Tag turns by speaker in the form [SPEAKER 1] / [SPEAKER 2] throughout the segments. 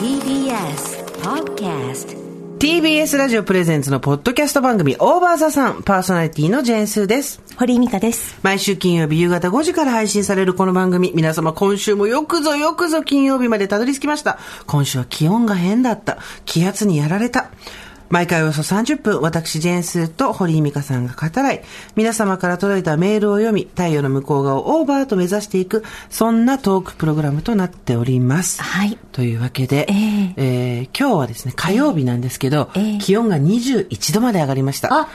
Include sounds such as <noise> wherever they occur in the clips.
[SPEAKER 1] TBS Podcast
[SPEAKER 2] TBS ラジオプレゼンツのポッドキャスト番組オーバーザさんパーソナリティのジェーンスーです。
[SPEAKER 3] 堀井美香です。
[SPEAKER 2] 毎週金曜日夕方5時から配信されるこの番組、皆様今週もよくぞよくぞ金曜日までたどり着きました。今週は気温が変だった。気圧にやられた。毎回およそ30分、私ジェーンスーと堀井美香さんが語らい、皆様から届いたメールを読み、太陽の向こう側をオーバーと目指していく、そんなトークプログラムとなっております。
[SPEAKER 3] はい
[SPEAKER 2] というわけで、
[SPEAKER 3] ええ
[SPEAKER 2] えー今日はですね、火曜日なんですけど、
[SPEAKER 3] ええ
[SPEAKER 2] 気温が21度まで上がりました。
[SPEAKER 3] あ、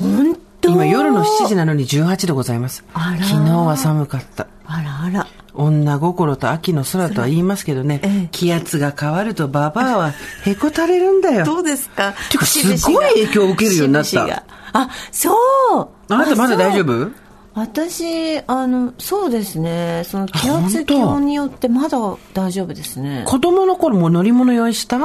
[SPEAKER 3] 本当
[SPEAKER 2] 今夜の7時なのに18度ございます。
[SPEAKER 3] あら
[SPEAKER 2] 昨日は寒かった。
[SPEAKER 3] あらあら。
[SPEAKER 2] 女心と秋の空とは言いますけどね、
[SPEAKER 3] ええ
[SPEAKER 2] 気圧が変わるとババ
[SPEAKER 3] <laughs>
[SPEAKER 2] アはへこたれるんだよ。
[SPEAKER 3] どうですか
[SPEAKER 2] てか
[SPEAKER 3] 節々が
[SPEAKER 2] すごい影響を受けるようになった
[SPEAKER 3] 節々があ、そう
[SPEAKER 2] あなたまだ大丈
[SPEAKER 3] あそう
[SPEAKER 2] 夫
[SPEAKER 3] 私、あの、そうですね。その気
[SPEAKER 2] あ本当
[SPEAKER 3] 圧、気温によってまだ大丈夫ですね。
[SPEAKER 2] 子供の頃も乗り物用意した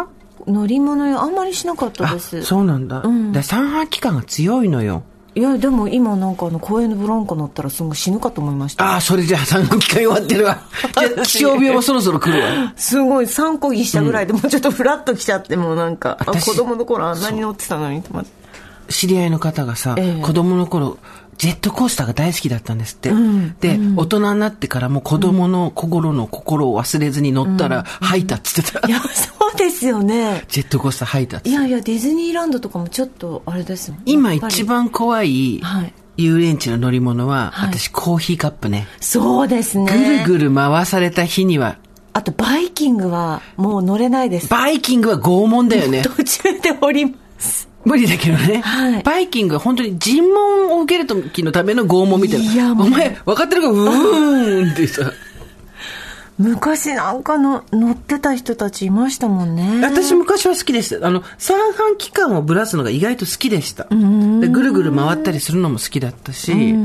[SPEAKER 3] 乗り物よ、あんまりしなかった
[SPEAKER 2] あ、
[SPEAKER 3] です。
[SPEAKER 2] そうなんだ。
[SPEAKER 3] うん
[SPEAKER 2] だから三半期間が強いのよ。
[SPEAKER 3] いや、でも今なんかあの、公園のブランコ乗ったらすぐ死ぬかと思いました。
[SPEAKER 2] ああ、それじゃあ三半期間終わってる <laughs> わ。じゃあ気象病もそろそろ来るわ。
[SPEAKER 3] すごい、3個ぎしたぐらいで、もうちょっとフラッと来ちゃって、もうなんか、あ
[SPEAKER 2] 私
[SPEAKER 3] 子供の頃あんなに乗ってたのにと思って。
[SPEAKER 2] 知り合いの方がさ、
[SPEAKER 3] ええ
[SPEAKER 2] 子供の頃、ジェットコースターが大好きだったんですって。
[SPEAKER 3] ん
[SPEAKER 2] で、大人になってからも子供の心の心を忘れずに乗ったら吐いたっつってた。
[SPEAKER 3] いや、そうですよね。
[SPEAKER 2] ジェットコースター吐いたっつっ
[SPEAKER 3] い
[SPEAKER 2] て。
[SPEAKER 3] やいや、ディズニーランドとかもちょっと、あれですもん
[SPEAKER 2] 今
[SPEAKER 3] やっぱり
[SPEAKER 2] 一番怖い
[SPEAKER 3] はい
[SPEAKER 2] 遊園地の乗り物は、
[SPEAKER 3] はい
[SPEAKER 2] 私コーヒーカップね。
[SPEAKER 3] そうですね。
[SPEAKER 2] ぐるぐる回された日には、
[SPEAKER 3] あと、バイキングは、もう乗れないです。
[SPEAKER 2] バイキングは拷問だよね。
[SPEAKER 3] 途中で降ります。
[SPEAKER 2] 無理だけどね。
[SPEAKER 3] はい
[SPEAKER 2] バイキングは本当に尋問を受ける時のための拷問みたいな。
[SPEAKER 3] いやもう
[SPEAKER 2] お前分かってるかうーんってさ。
[SPEAKER 3] 昔なんかの乗ってた人たちいましたもんね。
[SPEAKER 2] 私昔は好きでした。あの、三半期間をぶらすのが意外と好きでした。でぐるぐる回ったりするのも好きだったし、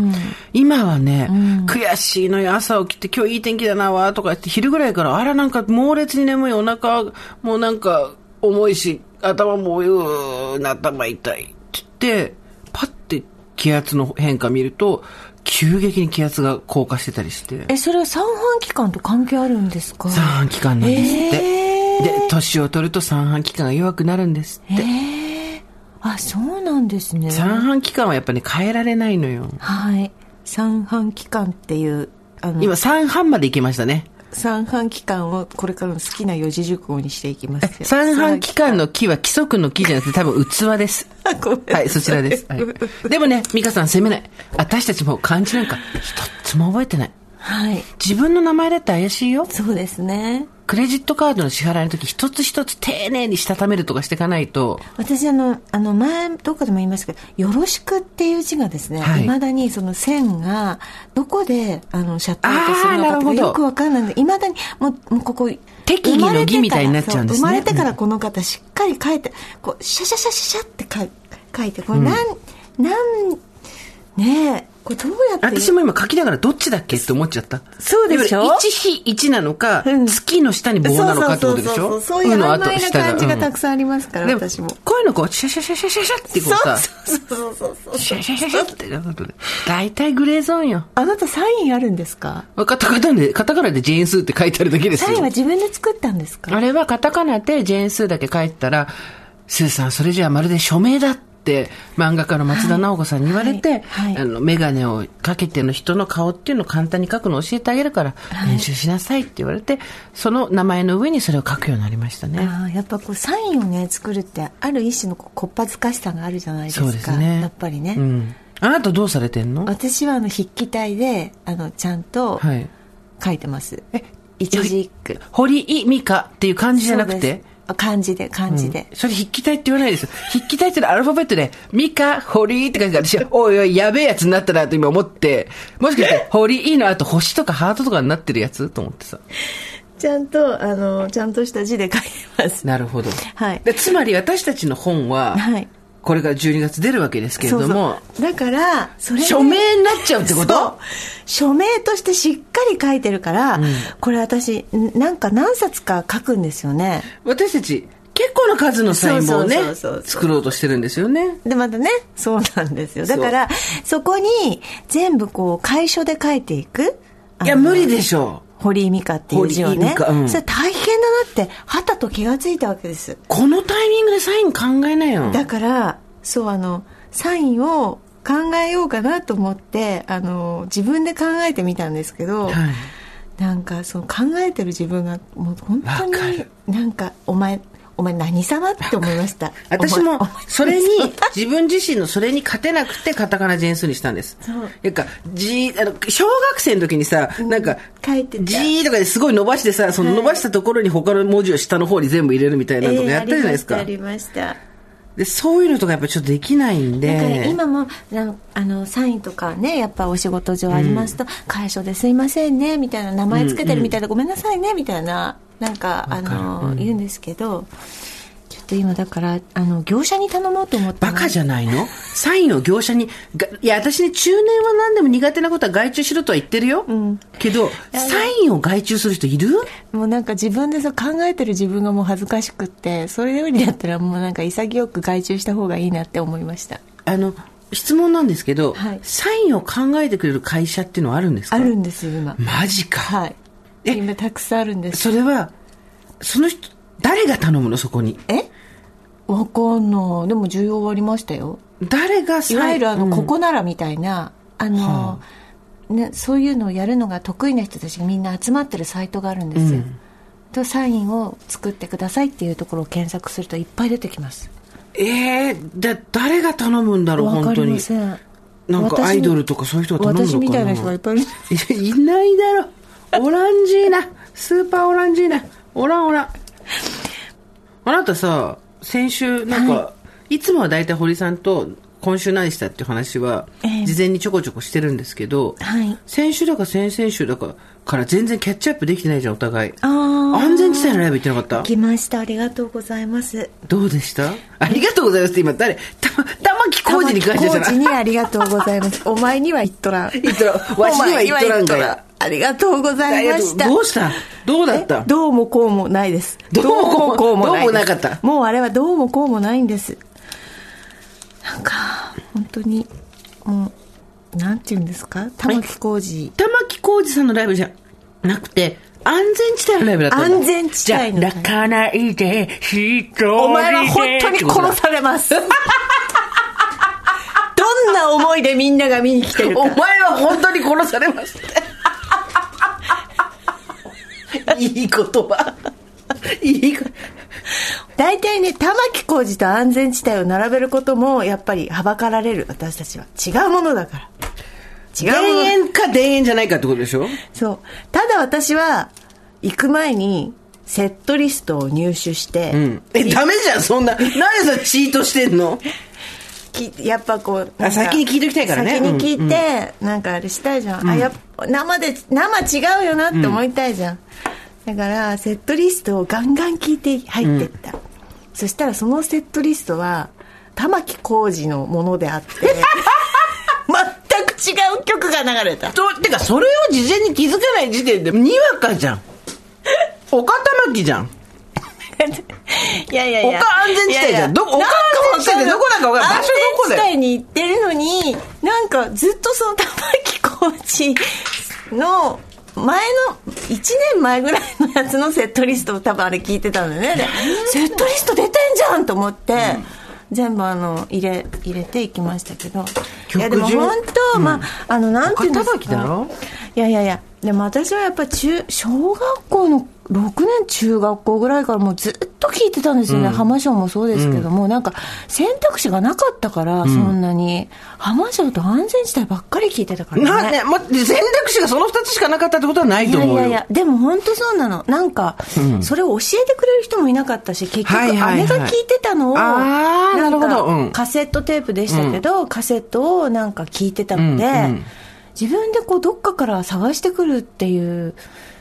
[SPEAKER 2] 今はね、悔しいのよ、朝起きて今日いい天気だなわ、とか言って昼ぐらいから、あらなんか猛烈に眠い、お腹もなんか重いし、頭もうーん、頭痛いって言って、パッて気圧の変化見ると、急激に気圧が降下してたりして、
[SPEAKER 3] え、それは三半期間と関係あるんですか
[SPEAKER 2] 三半期間なんですって。
[SPEAKER 3] えー
[SPEAKER 2] で、年を取ると三半期間が弱くなるんですって。
[SPEAKER 3] あ、そうなんですね。
[SPEAKER 2] 三半期間はやっぱり、ね、変えられないのよ。
[SPEAKER 3] はい。三半期間っていう、あの、
[SPEAKER 2] 今三半まで行きましたね。
[SPEAKER 3] 三半期間をこれからの好きな四字熟語にしていきますよ。
[SPEAKER 2] 三半期間の木は規則の木じゃなくて多分
[SPEAKER 3] <laughs>
[SPEAKER 2] 器です。
[SPEAKER 3] あごめんなさ
[SPEAKER 2] はい、そちらです。はい、でもね、美香さん責めない。私たちも漢字なんか一つも覚えてない。
[SPEAKER 3] はい。
[SPEAKER 2] 自分の名前だって怪しいよ。
[SPEAKER 3] そうですね。
[SPEAKER 2] クレジットカードの支払いの時一つ一つ丁寧にしたためるとかしていかないと、
[SPEAKER 3] 私あの、あの、前、どっかでも言いましたけど、よろしくっていう字がですね、
[SPEAKER 2] はい
[SPEAKER 3] い、まだにその線が、どこで、あの、シャットアウトするの
[SPEAKER 2] あーな
[SPEAKER 3] かと
[SPEAKER 2] るほ
[SPEAKER 3] か
[SPEAKER 2] ど
[SPEAKER 3] よくわかんないんで、いまだに、もう、もうここ、
[SPEAKER 2] 適宜の義みたいになっちゃうんですね
[SPEAKER 3] 生まれてからそう生まれてからこの方、しっかり書いて、こう、シャシャシャシャシャって書い書いて、これなん、なん、ねえ、これどうやって。
[SPEAKER 2] 私も今書きながらどっちだっけって思っちゃった。
[SPEAKER 3] そうでしょ
[SPEAKER 2] いわゆる一比一なのか、
[SPEAKER 3] うん
[SPEAKER 2] 月の下に棒なのかってことでし
[SPEAKER 3] そ
[SPEAKER 2] ょ
[SPEAKER 3] うそうそうそうそういう
[SPEAKER 2] う
[SPEAKER 3] 曖
[SPEAKER 2] のあ
[SPEAKER 3] 昧
[SPEAKER 2] と
[SPEAKER 3] な
[SPEAKER 2] 下
[SPEAKER 3] 感じが
[SPEAKER 2] うん
[SPEAKER 3] たくさんありますから、
[SPEAKER 2] でも
[SPEAKER 3] 私も。
[SPEAKER 2] こういうのこう、シャシャシャシャシャシャってこうさ、
[SPEAKER 3] そうそうそうそう
[SPEAKER 2] シャシャシャシャってなことで。大体グレーゾーンよ。
[SPEAKER 3] あなたサインあるんですか
[SPEAKER 2] カタカナで、カタカナでジェーンスーって書いてあるだけです
[SPEAKER 3] サインは
[SPEAKER 2] よ。
[SPEAKER 3] 自分で作ったんですか
[SPEAKER 2] あれはカタカナでジェーンスーだけ書いてたら、スーさん、それじゃあまるで署名だって漫画家の松田直子さんに言われて、
[SPEAKER 3] はいはい
[SPEAKER 2] あの、メガネをかけての人の顔っていうのを簡単に書くの教えてあげるから、練習しなさいって言われて、その名前の上にそれを書くようになりましたね。
[SPEAKER 3] ああやっぱこうサインをね作るってある一種のこうこっぱずかしさがあるじゃないですか
[SPEAKER 2] そうですね。
[SPEAKER 3] やっぱりね、
[SPEAKER 2] うん。あなたどうされてんの
[SPEAKER 3] 私はあの筆記体であのちゃんと
[SPEAKER 2] はい。
[SPEAKER 3] 書いてます、
[SPEAKER 2] え
[SPEAKER 3] 一字一句
[SPEAKER 2] 堀井美香っていう漢字じゃなく
[SPEAKER 3] そう
[SPEAKER 2] て
[SPEAKER 3] ですあ漢字で漢字で、
[SPEAKER 2] それ筆記体って言わないですよ。筆記体ってのはアルファベットで、ミカ、ホリーって感じで、私、おいおい、やべえやつになったなと今思って、もしか
[SPEAKER 3] <laughs>
[SPEAKER 2] して、ホリーの後、星とかハートとかになってるやつと思ってさ。
[SPEAKER 3] ちゃんとあのちゃんとした字で書いてます
[SPEAKER 2] なるほど。
[SPEAKER 3] はい
[SPEAKER 2] でつまり私たちの本は、
[SPEAKER 3] はい
[SPEAKER 2] これから12月出るわけですけれども、
[SPEAKER 3] そうだからそれで
[SPEAKER 2] 署名になっちゃうってこと
[SPEAKER 3] そう署名としてしっかり書いてるから、これ私んなんか何冊か書くんですよね
[SPEAKER 2] 私たち、結構な数のサインをね
[SPEAKER 3] そうそうそうそう、
[SPEAKER 2] 作ろうとしてるんですよね。
[SPEAKER 3] でまたねそうなんですよだからそこに全部こう楷書で書いていく
[SPEAKER 2] いや、無理でしょう。
[SPEAKER 3] 堀井美香っていう字をね
[SPEAKER 2] 堀井美、香うん
[SPEAKER 3] それ大変だなってはたと気がついたわけです
[SPEAKER 2] このタイミングでサイン考えなよ。
[SPEAKER 3] だからそうあのサインを考えようかなと思ってあの自分で考えてみたんですけど、
[SPEAKER 2] はい
[SPEAKER 3] なんかその考えてる自分がもう本当
[SPEAKER 2] わか
[SPEAKER 3] に
[SPEAKER 2] る
[SPEAKER 3] なんかお前お前何様って思いました
[SPEAKER 2] 私
[SPEAKER 3] お前お
[SPEAKER 2] も
[SPEAKER 3] 前
[SPEAKER 2] それに <laughs> 自分自身のそれに勝てなくてカタカナ全数にしたんです
[SPEAKER 3] そう。
[SPEAKER 2] なんか G あの小学生の時にさ、なんか
[SPEAKER 3] 書いてた
[SPEAKER 2] G とかですごい伸ばしてさ、その伸ばしたところに他の文字を下の方に全部入れるみた <laughs> いなのとかやったじゃないです
[SPEAKER 3] ええ
[SPEAKER 2] か
[SPEAKER 3] あ。りましたありました
[SPEAKER 2] でそういうのとかやっぱちょっとできないん
[SPEAKER 3] だから
[SPEAKER 2] で。
[SPEAKER 3] 今もあのあのサインとかねやっぱお仕事上ありますと、会社ですいませんねみたいな名前つけてるみたいな、ごめんなさいねみたいななんかあの、言うんですけどちょっと今だからあの業者に頼もうと思って
[SPEAKER 2] バカじ
[SPEAKER 3] ゃ
[SPEAKER 2] ゃないのサインを業者に、がいや、私ね、中年は何でも苦手なことは外注しろとは言ってるよ。けど、サインを外注する人いる
[SPEAKER 3] もうなんか自分でそう考えてる自分がもう恥ずかしくってそれよりだったらもうなんか潔く外注した方がいいなって思いました
[SPEAKER 2] あの、質問なんですけど、
[SPEAKER 3] はい
[SPEAKER 2] サインを考えてくれる会社っていうのはあるんですか
[SPEAKER 3] あるんですよ今
[SPEAKER 2] マジか。
[SPEAKER 3] はい
[SPEAKER 2] え
[SPEAKER 3] 今たくさんあるんです
[SPEAKER 2] それは、その人、誰が頼むのそこに。
[SPEAKER 3] えわかんないでも需要はありましたよ
[SPEAKER 2] 誰がサイ
[SPEAKER 3] い
[SPEAKER 2] ン
[SPEAKER 3] わゆるあの、
[SPEAKER 2] うん
[SPEAKER 3] ここならみたいなあの、ね、そういうのをやるのが得意な人たちがみんな集まってるサイトがあるんですよ、とサインを作ってくださいっていうところを検索するといっぱい出てきます
[SPEAKER 2] えー、だ、誰が頼むんだろう、
[SPEAKER 3] わか
[SPEAKER 2] 本当
[SPEAKER 3] りま
[SPEAKER 2] に。
[SPEAKER 3] せん
[SPEAKER 2] なんか
[SPEAKER 3] 私
[SPEAKER 2] アイドルとかそういう人が頼むのか
[SPEAKER 3] 私
[SPEAKER 2] な
[SPEAKER 3] みたいな人がいっぱいいる
[SPEAKER 2] いや <laughs> いないだろオランジーナスーパーオランジーナオランオランあなたさ先週なんか、い、つもは大体堀さんと今週何したっていう話は
[SPEAKER 3] ええ
[SPEAKER 2] 事前にちょこちょこしてるんですけど、
[SPEAKER 3] はい
[SPEAKER 2] 先週だか先々週だかから全然キャッチアップできてないじゃんお互い
[SPEAKER 3] あー
[SPEAKER 2] 安全地帯のライブ行ってなかった
[SPEAKER 3] 来ましたありがとうございます
[SPEAKER 2] どうでしたありがとうございますって今誰玉玉置浩二に感謝じゃ
[SPEAKER 3] 玉置浩
[SPEAKER 2] な
[SPEAKER 3] 二
[SPEAKER 2] い
[SPEAKER 3] にありがとうござい
[SPEAKER 2] <laughs>
[SPEAKER 3] ますお前には言っとらん
[SPEAKER 2] 言っとらんわしには言っとらんか
[SPEAKER 3] お前には言っと
[SPEAKER 2] い
[SPEAKER 3] らありがとうございました
[SPEAKER 2] どうしたどうだった
[SPEAKER 3] えどうもこうもないです
[SPEAKER 2] どうもこうも
[SPEAKER 3] ないです
[SPEAKER 2] どうもなかった
[SPEAKER 3] もうあれはどうもこうもないんですなんか本当にもうなんて言うんですか玉置浩二
[SPEAKER 2] 玉置浩二さんのライブじゃなくて、安全地帯のライブだったんだ
[SPEAKER 3] 安全地帯の
[SPEAKER 2] じゃあ泣かないで、一人で。
[SPEAKER 3] お前は本当に殺されますどんな思いでみんなが見に来てる
[SPEAKER 2] お
[SPEAKER 3] か
[SPEAKER 2] 前は本当に殺されます。いい言葉。いいこ
[SPEAKER 3] 大体ね玉置浩二と安全地帯を並べることもやっぱりはばかられる私たちは違うものだから違
[SPEAKER 2] 田
[SPEAKER 3] うもの
[SPEAKER 2] 園か田園じゃないかってことでしょ
[SPEAKER 3] そう。ただ私は、行く前に、セットリストを入手して、
[SPEAKER 2] うん。え、ダメじゃん、そんな。なんでさ、チートしてんの
[SPEAKER 3] きやっぱこうなんか
[SPEAKER 2] 先に聞いときたいからね
[SPEAKER 3] 先に聞いて、なんかあれしたいじゃん、あやっぱ生で生違うよなって思いたいじゃん、だからセットリストをガンガン聞いて入ってった、そしたらそのセットリストは玉置浩二のもの
[SPEAKER 2] <laughs>
[SPEAKER 3] であって全く違う曲が流れた
[SPEAKER 2] と、てか、それを事前に気づかない時点で、にわかじゃん。岡玉木じゃん。
[SPEAKER 3] いやいやいや。
[SPEAKER 2] 他安全地帯じゃん
[SPEAKER 3] いやいや
[SPEAKER 2] どこ他安全地帯ってどこだか分かんない場所どこだよ
[SPEAKER 3] 安全地帯に行ってるのに、なんかずっとその玉置浩二の前の、1年前ぐらいのやつのセットリストを多分あれ聞いてたんだよね。でセットリスト出てんじゃんと思って、全部あの入れ入れていきましたけどいやでも
[SPEAKER 2] 曲順
[SPEAKER 3] 本当、まああのなんていうんですか
[SPEAKER 2] 岡玉木だろ
[SPEAKER 3] いやいやいやでも私はやっぱ中小学校の6年中学校ぐらいからもうずっと聞いてたんですよね、浜省もそうですけども、なんか選択肢がなかったから、そんなに浜省と安全地帯ばっかり聞いてたからね
[SPEAKER 2] な、ね、もう選択肢がその二つしかなかったってことはない
[SPEAKER 3] い
[SPEAKER 2] と
[SPEAKER 3] や
[SPEAKER 2] 思
[SPEAKER 3] い
[SPEAKER 2] うよ。
[SPEAKER 3] やいや、でも本当そうなの。なんか、それを教えてくれる人もいなかったし、結
[SPEAKER 2] はい
[SPEAKER 3] 局、
[SPEAKER 2] はいはい
[SPEAKER 3] 姉が聞いてたのを、
[SPEAKER 2] あー
[SPEAKER 3] んか
[SPEAKER 2] なるほどうん
[SPEAKER 3] カセットテープでしたけど、カセットをなんか聞いてたので、
[SPEAKER 2] うんうん
[SPEAKER 3] 自分でこう、どっかから探してくるっていう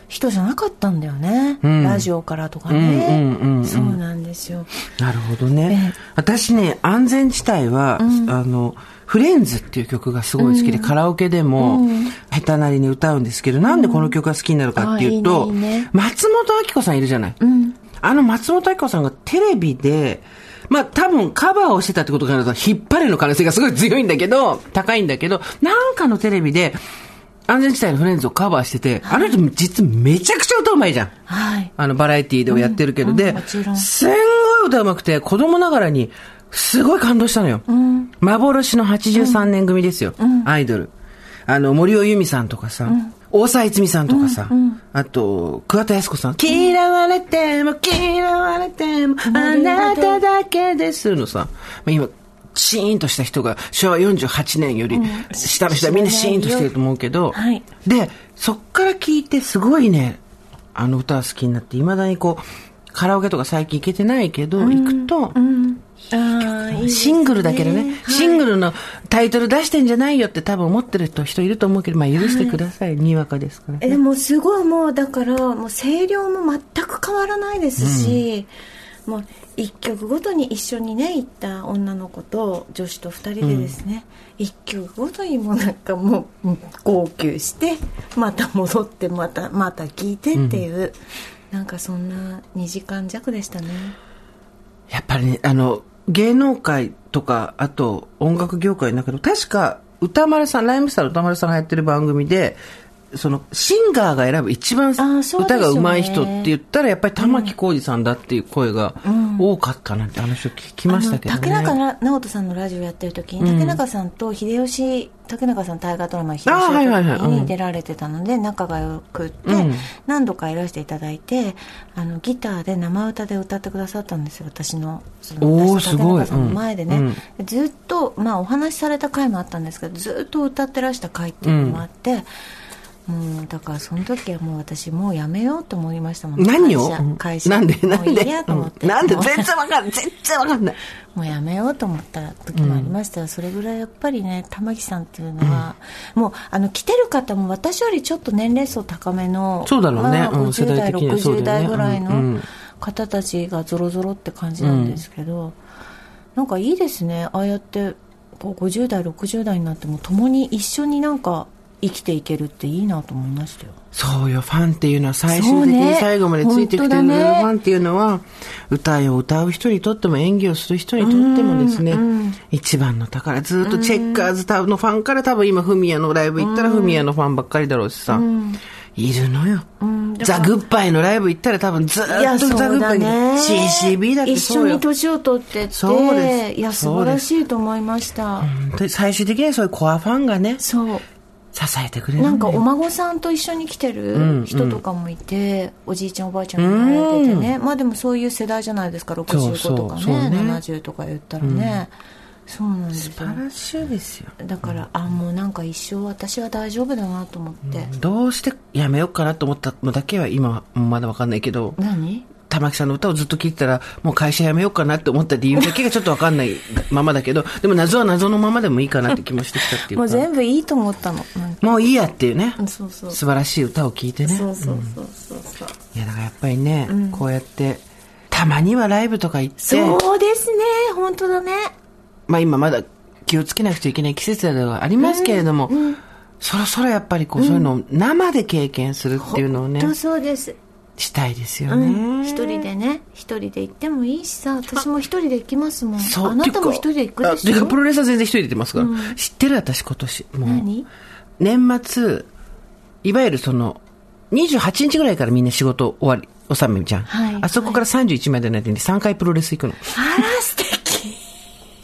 [SPEAKER 3] 人じゃなかったんだよね。
[SPEAKER 2] ん
[SPEAKER 3] ラジオからとかね、
[SPEAKER 2] うんうんうんうん
[SPEAKER 3] そうなんですよ。
[SPEAKER 2] なるほどね。私ね、安全地帯は、あの、フレンズっていう曲がすごい好きで、カラオケでも、下手なりに歌うんですけど、なんでこの曲が好きになるかっていうと、
[SPEAKER 3] うんあいいねいいね
[SPEAKER 2] 松本明子さんいるじゃない。あの松本明子さんがテレビで、まあ多分カバーをしてたってことからだと、引っ張れの可能性がすごい強いんだけど、高いんだけど、なんかのテレビで、安全地帯のフレンズをカバーしてて、あの人実はめちゃくちゃ歌うまいじゃん。
[SPEAKER 3] はい。
[SPEAKER 2] あの、バラエティーでもやってるけど、
[SPEAKER 3] うん
[SPEAKER 2] で、
[SPEAKER 3] もちろん
[SPEAKER 2] すんごい歌うまくて、子供ながらに、すごい感動したのよ。幻の83年組ですよ、アイドル。あの、森尾由美さんとかさ、大沢逸美さんとかさ、あと、桑田靖子さん。嫌われても、嫌われても、あなただけですのさ、まあ今、シーンとした人が昭和48年より下の人はみんなシーンとしてると思うけど、
[SPEAKER 3] はい
[SPEAKER 2] でそっから聞いてすごいねあの歌好きになっていまだにこうカラオケとか最近行けてないけど、行くと、
[SPEAKER 3] ああ、
[SPEAKER 2] シングルだけどねシングルのタイトル出してんじゃないよって多分思ってる人人いると思うけど、まあ、許してください、にわかですから、
[SPEAKER 3] えでもすごいもうだからもう声量も全く変わらないですし、もう一曲ごとに一緒にね行った女の子と女子と二人でですね、一曲ごとにもうなんかもううん号泣してまた戻ってまたまた聴いてっていう、なんかそんな2時間弱でしたね
[SPEAKER 2] やっぱりねあの芸能界とかあと音楽業界だけど確か歌丸さんライムスターの歌丸さんがやってる番組でそのシンガーが選ぶ一番
[SPEAKER 3] あーそうでしょう
[SPEAKER 2] 歌
[SPEAKER 3] ね
[SPEAKER 2] が上手い人って言ったらやっぱり玉置浩二さんだっていう声が多かったなって話を聞きましたけどね。
[SPEAKER 3] あの竹中直人さんのラジオやってる時に、竹中さんと秀吉竹中さん大河ドラマ「秀吉」
[SPEAKER 2] あーはいはいはいうん
[SPEAKER 3] に出られてたので仲がよくって、
[SPEAKER 2] うん
[SPEAKER 3] 何度かいらしていただいてあのギターで生歌で歌ってくださったんですよ私のその
[SPEAKER 2] おー
[SPEAKER 3] 私と
[SPEAKER 2] す
[SPEAKER 3] 竹
[SPEAKER 2] ごい
[SPEAKER 3] 中さんの前でね、
[SPEAKER 2] うん
[SPEAKER 3] ずっと、まあ、お話しされた回もあったんですけどずっと歌ってらした回っていうのもあって、もうだからその時はもう私もうやめようと思いましたもん
[SPEAKER 2] 何を
[SPEAKER 3] 会社会社
[SPEAKER 2] なんでな
[SPEAKER 3] もうんい
[SPEAKER 2] で
[SPEAKER 3] いやと思って、
[SPEAKER 2] うんなんで
[SPEAKER 3] もう
[SPEAKER 2] 全然わかんない全然わかんない
[SPEAKER 3] もうやめようと思った時もありました、それぐらいやっぱりね玉木さんっていうのは、もうあの来てる方も私よりちょっと年齢層高めの
[SPEAKER 2] そうだろうねうん
[SPEAKER 3] 50
[SPEAKER 2] 世代
[SPEAKER 3] 代、
[SPEAKER 2] 的にはそう
[SPEAKER 3] 60代
[SPEAKER 2] だよね
[SPEAKER 3] ぐらい
[SPEAKER 2] うんう
[SPEAKER 3] の
[SPEAKER 2] ん
[SPEAKER 3] 方たちがぞろぞろって感じなんですけど、なんかいいですねああやってこう50代60代になっても共に一緒になんか生きていけるっていいなと思いましたよ
[SPEAKER 2] そうよファンっていうのは最終的
[SPEAKER 3] そう
[SPEAKER 2] に
[SPEAKER 3] ね
[SPEAKER 2] 最後までついてきてくれる
[SPEAKER 3] 本当
[SPEAKER 2] フ
[SPEAKER 3] だね
[SPEAKER 2] ァンっていうのは歌を歌う人にとっても演技をする人にとってもですね一番の宝ずっとチェッカーズタのファンから多分今フミヤのライブ行ったらフミヤのファンばっかりだろうしさいるのよザ・グッバイのライブ行ったら多分ずっと
[SPEAKER 3] いやそう
[SPEAKER 2] ザ・グッバ
[SPEAKER 3] だ
[SPEAKER 2] イに
[SPEAKER 3] ね
[SPEAKER 2] CCB だって
[SPEAKER 3] 一
[SPEAKER 2] そ
[SPEAKER 3] 緒
[SPEAKER 2] う
[SPEAKER 3] に
[SPEAKER 2] よ
[SPEAKER 3] 年を取ってっ
[SPEAKER 2] そうで
[SPEAKER 3] て
[SPEAKER 2] す
[SPEAKER 3] いや素晴らしいと思いました、
[SPEAKER 2] 本当に最終的にはそういうコアファンがね支
[SPEAKER 3] そう
[SPEAKER 2] えてくれる
[SPEAKER 3] なんか
[SPEAKER 2] だよ
[SPEAKER 3] お孫さんと一緒に来てる人とかもいて、おじいちゃんおばあちゃんもられててね、まあでもそういう世代じゃないですか65とかね
[SPEAKER 2] そうそうそうね
[SPEAKER 3] 70とか言ったらね、そうなんですよ
[SPEAKER 2] 素晴らしいですよ
[SPEAKER 3] だからあもうなんか一生私は大丈夫だなと思って、
[SPEAKER 2] どうしてやめようかなと思ったのだけは今はまだわかんないけど
[SPEAKER 3] 何
[SPEAKER 2] 玉木さんの歌をずっと聴いてたらもう会社辞めようかなって思った理由だけがちょっとわかんないままだけどでも謎は謎のままでもいいかなって気もしてきたっていうか
[SPEAKER 3] もう全部いいと思ったのなんか
[SPEAKER 2] もういいやっていうね
[SPEAKER 3] そうそうそ
[SPEAKER 2] 素晴らしい歌を聴いて
[SPEAKER 3] う
[SPEAKER 2] ね
[SPEAKER 3] そうそうそうそう
[SPEAKER 2] いやだからやっぱりね、こうやってたまにはライブとか行って
[SPEAKER 3] そうですね本当だね
[SPEAKER 2] まあ今まだ気をつけなくちゃいけない季節ではありますけれども、そろそろやっぱりこうそういうのを生で経験するっていうのをね、
[SPEAKER 3] 本当そうです
[SPEAKER 2] したいですよ
[SPEAKER 3] う
[SPEAKER 2] ね、
[SPEAKER 3] ん、一人でね一人で行ってもいいしさ私も一人で行きますもんあなたも一人で行くで
[SPEAKER 2] て
[SPEAKER 3] し
[SPEAKER 2] いうか
[SPEAKER 3] ょ
[SPEAKER 2] プロレスは全然一人で行ってますから、知ってる私今年もう
[SPEAKER 3] 何
[SPEAKER 2] 年末いわゆるその28日ぐらいからみんな仕事終わり納めじゃん、
[SPEAKER 3] はい
[SPEAKER 2] あそこから31までの間に3回プロレス行くの、
[SPEAKER 3] あら素敵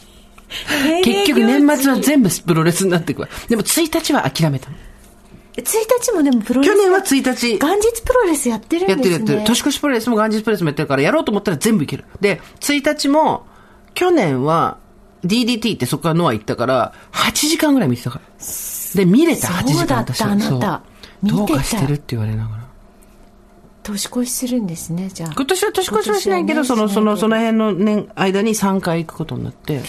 [SPEAKER 3] 定例行
[SPEAKER 2] 結
[SPEAKER 3] 事
[SPEAKER 2] 局年末は全部プロレスになっていくわでも1日は諦めたの
[SPEAKER 3] 1日もでもプロレス
[SPEAKER 2] 去年は1日
[SPEAKER 3] 元日プロレスやってるんで
[SPEAKER 2] や
[SPEAKER 3] す
[SPEAKER 2] っ
[SPEAKER 3] ね
[SPEAKER 2] てるやってる。年越しプロレスも元日プロレスもやってるから、やろうと思ったら全部いける。で、1日も、去年は、DDT ってそこからノア行ったから、8時間ぐらい見てたから。で、見れた、
[SPEAKER 3] そう
[SPEAKER 2] 8時間私は
[SPEAKER 3] だったあなた
[SPEAKER 2] そう
[SPEAKER 3] 見てた
[SPEAKER 2] どうかしてるって言われながら。
[SPEAKER 3] 年越しするんですねじゃあ
[SPEAKER 2] 今年は年越しはしないけど、
[SPEAKER 3] 今年は
[SPEAKER 2] そ
[SPEAKER 3] ね
[SPEAKER 2] の、その、
[SPEAKER 3] し
[SPEAKER 2] そ
[SPEAKER 3] ない
[SPEAKER 2] の
[SPEAKER 3] けど
[SPEAKER 2] 辺の年、間に3回行くことになって。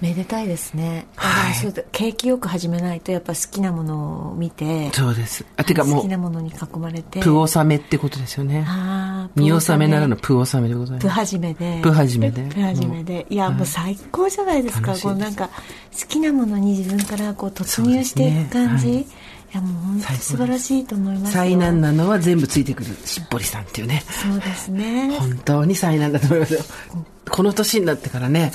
[SPEAKER 3] めでたいですね、
[SPEAKER 2] はい
[SPEAKER 3] あでもそうだ景気よく始めないとやっぱ好きなものを見て
[SPEAKER 2] そうです。あ、てかも
[SPEAKER 3] 好きな
[SPEAKER 2] う、
[SPEAKER 3] ものに囲まれて
[SPEAKER 2] プ納めってことですよね。
[SPEAKER 3] あー
[SPEAKER 2] 見納めならぬプ納めでござい
[SPEAKER 3] プ
[SPEAKER 2] ます。
[SPEAKER 3] 始めで
[SPEAKER 2] プ始めで
[SPEAKER 3] プ始めで、いやもう最高じゃないですか、
[SPEAKER 2] 楽しいで
[SPEAKER 3] こ
[SPEAKER 2] す
[SPEAKER 3] うなんか好きなものに自分からこう突入していく感じ、
[SPEAKER 2] そう
[SPEAKER 3] い、やもう本当素晴らしいと思いますよ
[SPEAKER 2] 災難なのは全部ついてくる、しっぽりさんっていうね。
[SPEAKER 3] そうですね
[SPEAKER 2] 本当に災難だと思いますよこの年になってからね、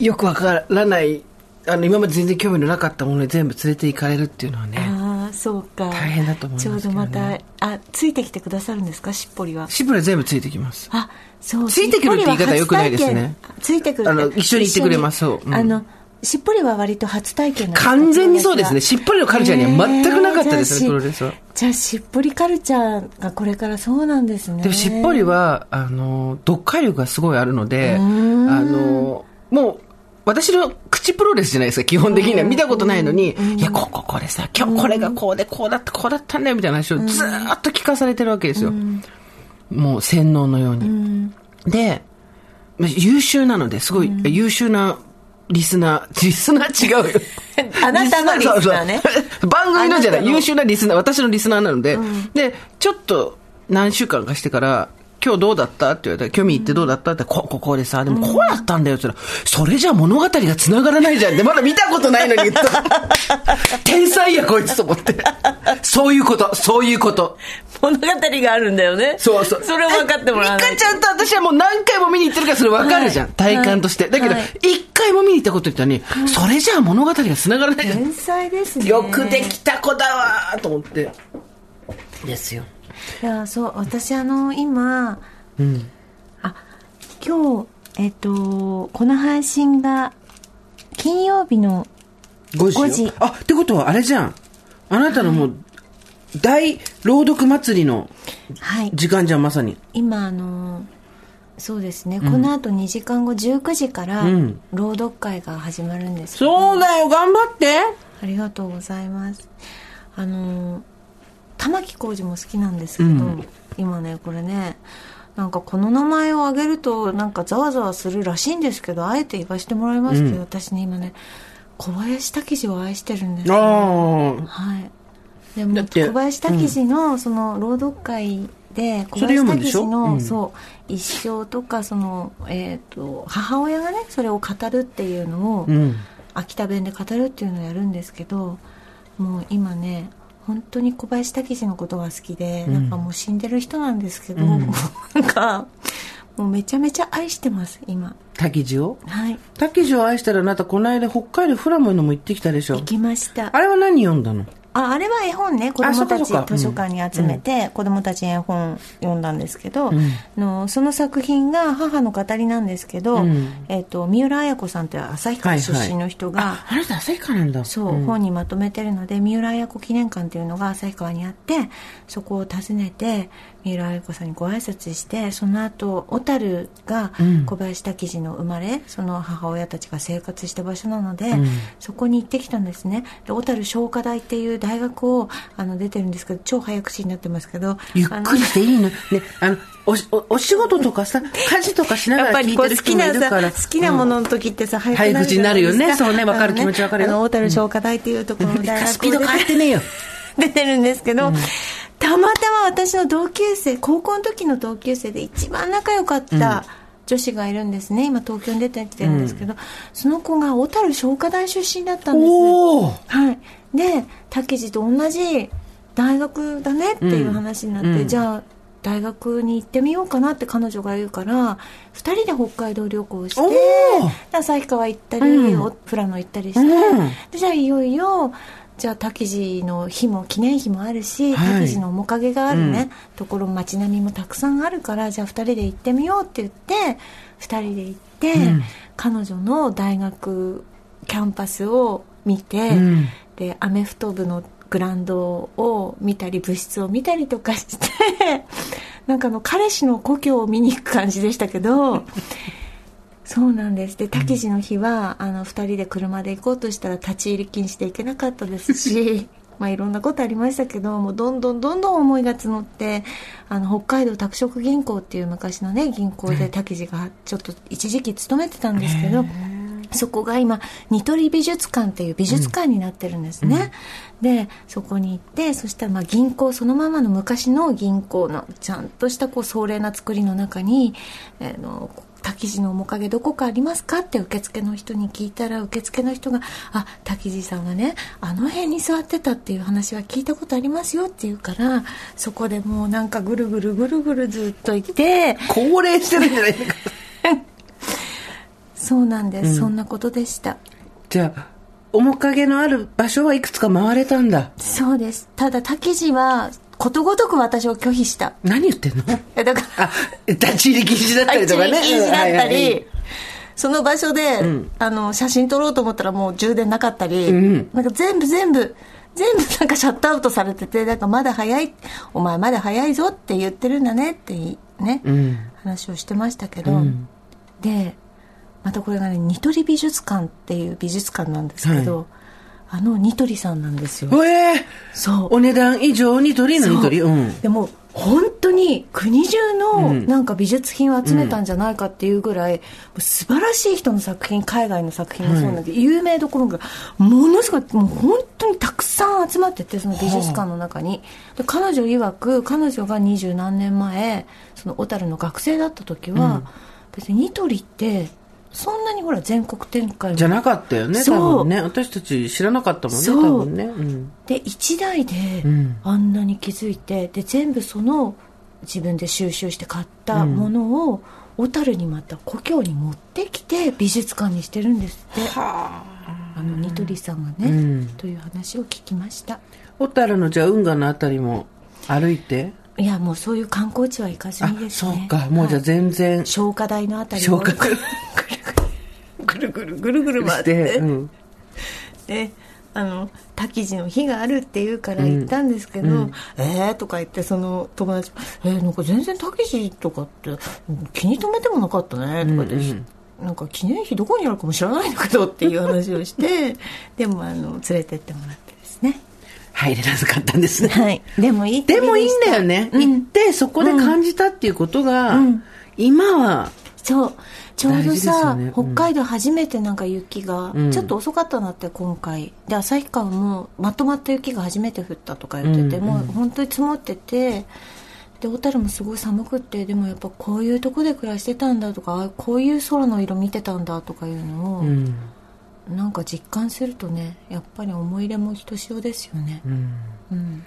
[SPEAKER 2] よくわからないあの今まで全然興味のなかったものに全部連れて行かれるっていうのはね
[SPEAKER 3] ああそうか
[SPEAKER 2] 大変だと思います
[SPEAKER 3] ち
[SPEAKER 2] け
[SPEAKER 3] ょ
[SPEAKER 2] ど
[SPEAKER 3] う
[SPEAKER 2] ね
[SPEAKER 3] どまたあついてきてくださるんですかしっぽりは
[SPEAKER 2] シブラ全部ついてきます。
[SPEAKER 3] あそう
[SPEAKER 2] ついてくるって言い方良くないですね
[SPEAKER 3] しっぽりは初体験ついてくるって
[SPEAKER 2] あの一緒に行ってくれますそううん
[SPEAKER 3] あのしっぽりは割と初体験の
[SPEAKER 2] 完全にそうですねしっぽりのカルチャーには全くなかったですね
[SPEAKER 3] へー
[SPEAKER 2] プロレスは
[SPEAKER 3] じゃあしっぽりカルチャーがこれからそうなんですね
[SPEAKER 2] でもしっぽりは、あの、読解力がすごいあるので、あの、もう、私の口プロレスじゃないですか、基本的には。見たことないのに、いや、こうこうこれさ、今日これがこうで、こうだった、こうだったんだよ、みたいな話をずーっと聞かされてるわけですよ。もう洗脳のように。で、まあ優秀なので、すごい優秀なリスナー、リスナー違うよ。
[SPEAKER 3] <laughs> あなたのリスナーね
[SPEAKER 2] そうそう <laughs> 番組のじゃな
[SPEAKER 3] あなた
[SPEAKER 2] い
[SPEAKER 3] の
[SPEAKER 2] 優秀なリスナー私のリスナーなので、でちょっと何週間かしてから今日どうだったって言われたら、興味行ってどうだったって、こ、ここでさ、でもこうだったんだよって言ったら、それじゃ物語が繋がらないじゃんって、まだ見たことないのに
[SPEAKER 3] <laughs>
[SPEAKER 2] 言った。天才やこいつと思って。そういうこと、そういうこと。
[SPEAKER 3] <laughs> 物語があるんだよね
[SPEAKER 2] そうそう。
[SPEAKER 3] それを分かってもらわない
[SPEAKER 2] 一回ちゃんと私はもう何回も見に行ってるからそれ分かるじゃん。
[SPEAKER 3] はい
[SPEAKER 2] 体感として。だけど
[SPEAKER 3] はい、
[SPEAKER 2] 一回も見に行ったこと言ったのに、それじゃあ物語が繋がらないじゃん。
[SPEAKER 3] 天才ですね
[SPEAKER 2] よくできた子だわーと思って。ですよ。
[SPEAKER 3] いやそう私あの今、あ今日えっとこの配信が金曜日の
[SPEAKER 2] 5時よ
[SPEAKER 3] 5時
[SPEAKER 2] あ、ってことはあれじゃん。あなたのもう、大朗読祭りの
[SPEAKER 3] はい
[SPEAKER 2] 時間じゃん、まさに。
[SPEAKER 3] 今あのそうですね、このあと2時間後19時から
[SPEAKER 2] ん
[SPEAKER 3] 朗読会が始まるんですけど
[SPEAKER 2] そうだよ、頑張って。
[SPEAKER 3] ありがとうございますあの玉置浩二も好きなんですけど、今ねこれねなんかこの名前を挙げるとなんかざわざわするらしいんですけどあえて言わせてもらいますけど、私ね今ね小林武史を愛してるんですよ
[SPEAKER 2] ああ。
[SPEAKER 3] はいで
[SPEAKER 2] だ
[SPEAKER 3] も
[SPEAKER 2] って
[SPEAKER 3] 小林武史のその朗読会で小
[SPEAKER 2] それ
[SPEAKER 3] 林
[SPEAKER 2] 読むんで
[SPEAKER 3] 武
[SPEAKER 2] しょ
[SPEAKER 3] 史の
[SPEAKER 2] うん
[SPEAKER 3] そう一生とかその、えー、と母親がねそれを語るっていうのを、
[SPEAKER 2] うん。
[SPEAKER 3] 秋田弁で語るっていうのをやるんですけどもう今ね本当に小林武史のことが好きで、なんかもう死んでる人なんですけど、なんかもうめちゃめちゃ愛してます今
[SPEAKER 2] 滝地を
[SPEAKER 3] はい
[SPEAKER 2] 滝地を愛したらあなたこの間北海道富良野のも行ってきたでしょ
[SPEAKER 3] 行きました
[SPEAKER 2] あれは何読んだの
[SPEAKER 3] ああれは絵本ね子供た
[SPEAKER 2] あそうか
[SPEAKER 3] ち
[SPEAKER 2] そうか
[SPEAKER 3] 図書館に集めて、子供たち絵本読んだんですけど、のその作品が母の語りなんですけど、
[SPEAKER 2] うん
[SPEAKER 3] えっと三浦綾子さんという旭川出身の人が、
[SPEAKER 2] ああなた朝日かなんだ
[SPEAKER 3] そう、本にまとめてるので三浦綾子記念館というのが旭川にあってそこを訪ねて三浦綾子さんにご挨拶してその後小樽が小林武史の生まれ、その母親たちが生活した場所なので、そこに行ってきたんですねで小樽商科大っていう大学をあの出てるんですけど超早口になってますけど
[SPEAKER 2] ゆっくりしていいのねあのおしおお仕事とかさ家事とかしな
[SPEAKER 3] や
[SPEAKER 2] が
[SPEAKER 3] っ
[SPEAKER 2] ら
[SPEAKER 3] ぱ
[SPEAKER 2] 聞
[SPEAKER 3] り
[SPEAKER 2] い
[SPEAKER 3] こ
[SPEAKER 2] て
[SPEAKER 3] う
[SPEAKER 2] る
[SPEAKER 3] 好
[SPEAKER 2] 人
[SPEAKER 3] き
[SPEAKER 2] もい
[SPEAKER 3] な
[SPEAKER 2] るから
[SPEAKER 3] さ好きなも
[SPEAKER 2] うん
[SPEAKER 3] のの時ってさ早
[SPEAKER 2] 早口になるよ
[SPEAKER 3] じゃ
[SPEAKER 2] ね
[SPEAKER 3] ないです
[SPEAKER 2] そうねわかる気持ちわかるよ
[SPEAKER 3] あの小樽商科大っていうところの大学を出て
[SPEAKER 2] スピード変わってねえ <laughs> よ
[SPEAKER 3] <laughs> 出てるんですけど、たまたま私の同級生高校の時の同級生で一番仲良かった女子がいるんですね、今東京に出てきてるんですけど、その子が小樽商科大出身だったんですね
[SPEAKER 2] おお
[SPEAKER 3] はいで武次と同じ大学だねっていう話になって、
[SPEAKER 2] うんうん
[SPEAKER 3] じゃあ大学に行ってみようかなって彼女が言うから2人で北海道旅行して
[SPEAKER 2] おー
[SPEAKER 3] で旭川行ったり、
[SPEAKER 2] うん
[SPEAKER 3] お富良野行ったりして、
[SPEAKER 2] うん
[SPEAKER 3] でじゃあいよいよじゃあ滝路の日も記念碑もあるし、
[SPEAKER 2] はい
[SPEAKER 3] 滝路の面影があるね、ところ街並みもたくさんあるからじゃあ2人で行ってみようって言って2人で行って、
[SPEAKER 2] ん
[SPEAKER 3] 彼女の大学キャンパスを見て、
[SPEAKER 2] うん
[SPEAKER 3] でアメフト部のグラウンドを見たり部室を見たりとかして <laughs> なんかあの彼氏の故郷を見に行く感じでしたけど。そうなんですでたけしの日は、あの2人で車で行こうとしたら立ち入り禁止で行けなかったですしまあいろんなことありましたけどもうどんどんどんどん思いが募ってあの北海道拓殖銀行っていう昔のね銀行でたけしがちょっと一時期勤めてたんですけど。そこが今ニトリ美術館っていう美術館になってるんですね、でそこに行ってそしたらまあ銀行そのままの昔の銀行のちゃんとしたこう壮麗な作りの中に、えーの滝地の面影どこかありますかって受付の人に聞いたら受付の人が「あ滝地さんはねあの辺に座ってたっていう話は聞いたことありますよ」って言うからそこでもうなんかぐるぐるぐるぐるずっといて。
[SPEAKER 2] 高齢してるんじゃないのか
[SPEAKER 3] そうなんです、そんなことでした
[SPEAKER 2] <laughs> じゃあ面影のある場所はいくつか回れたんだ。
[SPEAKER 3] そうですただたけしはことごとく私を拒否した
[SPEAKER 2] 何言ってんの
[SPEAKER 3] えだから
[SPEAKER 2] あ、立ち入り禁止だったりとかね。
[SPEAKER 3] 禁止だったり、
[SPEAKER 2] うんはいはい
[SPEAKER 3] その場所で、あの写真撮ろうと思ったらもう充電なかったり、なんか全部全部全部 <laughs> なんかシャットアウトされててなんかまだ早いお前まだ早いぞって言ってるんだねっていね、話をしてましたけど、でまたこれがねニトリ美術館っていう美術館なんですけど、あのニトリさんなんですよ
[SPEAKER 2] うえー
[SPEAKER 3] そう
[SPEAKER 2] お値段以上に鳥のに鳥。
[SPEAKER 3] そう
[SPEAKER 2] うん。
[SPEAKER 3] でも本当に国中のなんか美術品を集めたんじゃないかっていうぐらい、もう素晴らしい人の作品海外の作品もそうなんだけど、有名どころがものすごいもう本当にたくさん集まっててその美術館の中に、で彼女曰く彼女が二十何年前その小樽の学生だった時は、別にニトリってそんなにほら全国展開も
[SPEAKER 2] じゃなかったよね、
[SPEAKER 3] そう
[SPEAKER 2] 多分ね。私たち知らなかったもんね、多
[SPEAKER 3] そう
[SPEAKER 2] 分ね。うん。
[SPEAKER 3] で一台で
[SPEAKER 2] ん
[SPEAKER 3] あんなに気づいて、で全部その自分で収集して買ったものを小樽、にまた故郷に持ってきて美術館にしてるんですってあのニトリさんがね、という話を聞きました
[SPEAKER 2] 小樽のじゃあ運河のあたりも歩いて。
[SPEAKER 3] いやもうそういう観光地は行かず
[SPEAKER 2] あ
[SPEAKER 3] に、です
[SPEAKER 2] そ
[SPEAKER 3] ね
[SPEAKER 2] うか。もうじゃあ
[SPEAKER 3] はい
[SPEAKER 2] 全然、
[SPEAKER 3] 消化台のあたりを
[SPEAKER 2] 消化
[SPEAKER 3] ぐるぐるぐるぐるぐるぐる回
[SPEAKER 2] し、
[SPEAKER 3] ってて、
[SPEAKER 2] うん。
[SPEAKER 3] であの滝地の日があるって言うから行ったんですけど「えー」とか言ってその友達「えー、なんか全然滝地とかって気に留めてもなかったね」とか言って、なんか記念碑どこにあるかも知らないんだけどっていう話をしてでもあの連れてってもらってですね
[SPEAKER 2] 入れなかったんですね。
[SPEAKER 3] はいでもいい
[SPEAKER 2] でもいいんだよね。
[SPEAKER 3] うん
[SPEAKER 2] 行って、そこで感じたっていうことが、
[SPEAKER 3] うん
[SPEAKER 2] 今は、
[SPEAKER 3] そうちょうど
[SPEAKER 2] 大事ですよ
[SPEAKER 3] さ、
[SPEAKER 2] ねうん
[SPEAKER 3] 北海道初めてなんか雪が、
[SPEAKER 2] うん
[SPEAKER 3] ちょっと遅かったなって今回で旭川もまとまった雪が初めて降ったとか言ってて、
[SPEAKER 2] うん
[SPEAKER 3] もう本当に積もっててで小樽もすごい寒くってでもやっぱこういうとこで暮らしてたんだとかあこういう空の色見てたんだとかいうのを、
[SPEAKER 2] うん。
[SPEAKER 3] なんか実感するとねやっぱり思い入れもひとしおですよね、うん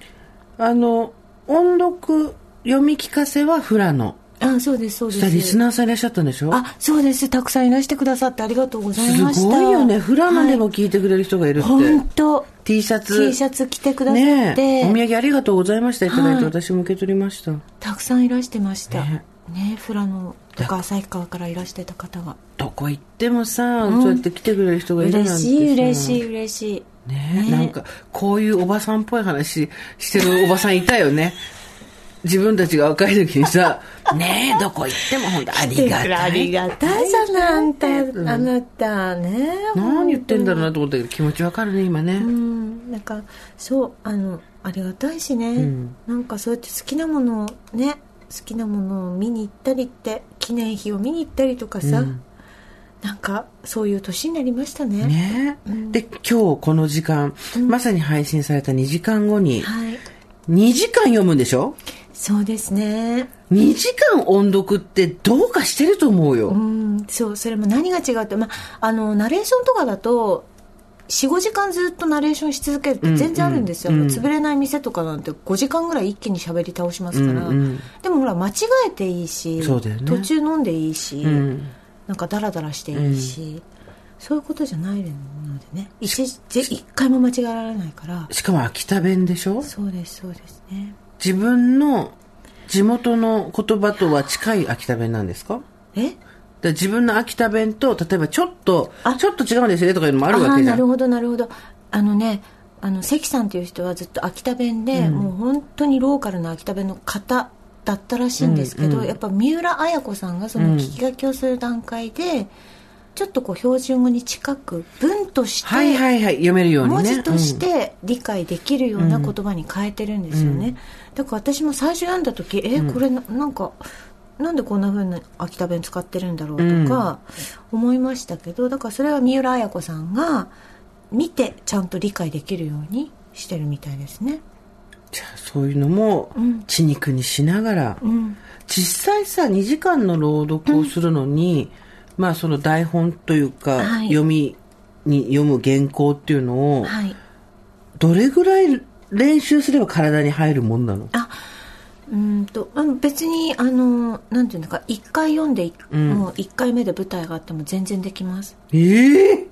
[SPEAKER 2] あの、音読、読み聞かせはフラノ。
[SPEAKER 3] あそうですそう
[SPEAKER 2] そ
[SPEAKER 3] で
[SPEAKER 2] し
[SPEAKER 3] す
[SPEAKER 2] たらリスナーさんいらっしゃったんでしょ
[SPEAKER 3] あそうですたくさんいらしてくださってありがとうござい
[SPEAKER 2] す
[SPEAKER 3] ました
[SPEAKER 2] ごいよね。フラノで
[SPEAKER 3] はい
[SPEAKER 2] も聞いてくれる人がいるって。
[SPEAKER 3] 本当
[SPEAKER 2] T シャツ。
[SPEAKER 3] T シャツ着てくださっ
[SPEAKER 2] ね
[SPEAKER 3] て、
[SPEAKER 2] え。お土産ありがとうございました。いただいて
[SPEAKER 3] はい
[SPEAKER 2] 私も受け取りました。
[SPEAKER 3] たくさんいらしてました
[SPEAKER 2] ね
[SPEAKER 3] ね富良野とか旭川からいらしてた方が
[SPEAKER 2] どこ行ってもさ、そうやって来てくれる人がいるなんてさ
[SPEAKER 3] 嬉しい嬉しい嬉しい
[SPEAKER 2] ねえなんか、こういうおばさんっぽい話してるおばさんいたよね。自分たちが若い時にさ、 <laughs> ねえ、どこ行っても本当ありがた
[SPEAKER 3] あ
[SPEAKER 2] い
[SPEAKER 3] り。がたいじゃないあんた、あなたね
[SPEAKER 2] 何言ってんだろうなと思ったけど、気持ちわかるね、今ね。
[SPEAKER 3] うんなんかそうあのありがたいしね、
[SPEAKER 2] ん
[SPEAKER 3] なんかそうやって好きなものをね好きなものを見に行ったりって記念碑を見に行ったりとかさ、なんかそういう年になりましたね
[SPEAKER 2] ねえ。で、今日この時間、まさに配信された2時間後に、
[SPEAKER 3] はい
[SPEAKER 2] 2時間読むんでしょ
[SPEAKER 3] そうですね
[SPEAKER 2] ?2 時間音読ってどうかしてると思う
[SPEAKER 3] う
[SPEAKER 2] よ。
[SPEAKER 3] んそうそれも何が違うって、まあ、あのナレーションとかだと45時間ずっとナレーションし続けるって全然あるんですよ、
[SPEAKER 2] うんうん
[SPEAKER 3] あの潰れない店とかなんて5時間ぐらい一気に喋り倒しますから、
[SPEAKER 2] うんうん
[SPEAKER 3] でもほら間違えていいし
[SPEAKER 2] そうだよね
[SPEAKER 3] 途中飲んでいいし、
[SPEAKER 2] うん。
[SPEAKER 3] なんかダラダラしていいし、そういうことじゃないのでね一時一回も間違えられないから
[SPEAKER 2] しかも秋田弁でしょ
[SPEAKER 3] そうですそうですね
[SPEAKER 2] 自分の地元の言葉とは近い秋田弁なんですか
[SPEAKER 3] え
[SPEAKER 2] で自分の秋田弁と例えばちょっと
[SPEAKER 3] あ
[SPEAKER 2] ちょっと違うんですよねとかいうのもあ
[SPEAKER 3] あ
[SPEAKER 2] るわけじ
[SPEAKER 3] あーな
[SPEAKER 2] ゃ
[SPEAKER 3] る
[SPEAKER 2] ん
[SPEAKER 3] ほどなるほどあのねあの関さんという人はずっと秋田弁で、もう本当にローカルな秋田弁の方だったらしいんですけど、やっぱ三浦綾子さんがその聞き書きをする段階で、ちょっとこう標準語に近く文として、
[SPEAKER 2] はいはいはい読めるようにね
[SPEAKER 3] 文字とし
[SPEAKER 2] うん
[SPEAKER 3] て理解できるような言葉に変えてるんですよね、だから私も最初読んだ時えこれななんかなんでこんな風に秋田弁使ってるんだろうとか思いましたけどだからそれは三浦綾子さんが見てちゃんと理解できるようにしてるみたいですね
[SPEAKER 2] じゃあそういうのも血肉にしながら、
[SPEAKER 3] ん
[SPEAKER 2] 実際さ2時間の朗読をするのに、まあその台本というか、
[SPEAKER 3] はい
[SPEAKER 2] 読みに読む原稿っていうのを
[SPEAKER 3] はい
[SPEAKER 2] どれぐらい練習すれば体に入るもんなの
[SPEAKER 3] あうんとあの別にあのなんていうのか1回読んで、もう1回目で舞台があっても全然できます
[SPEAKER 2] ええ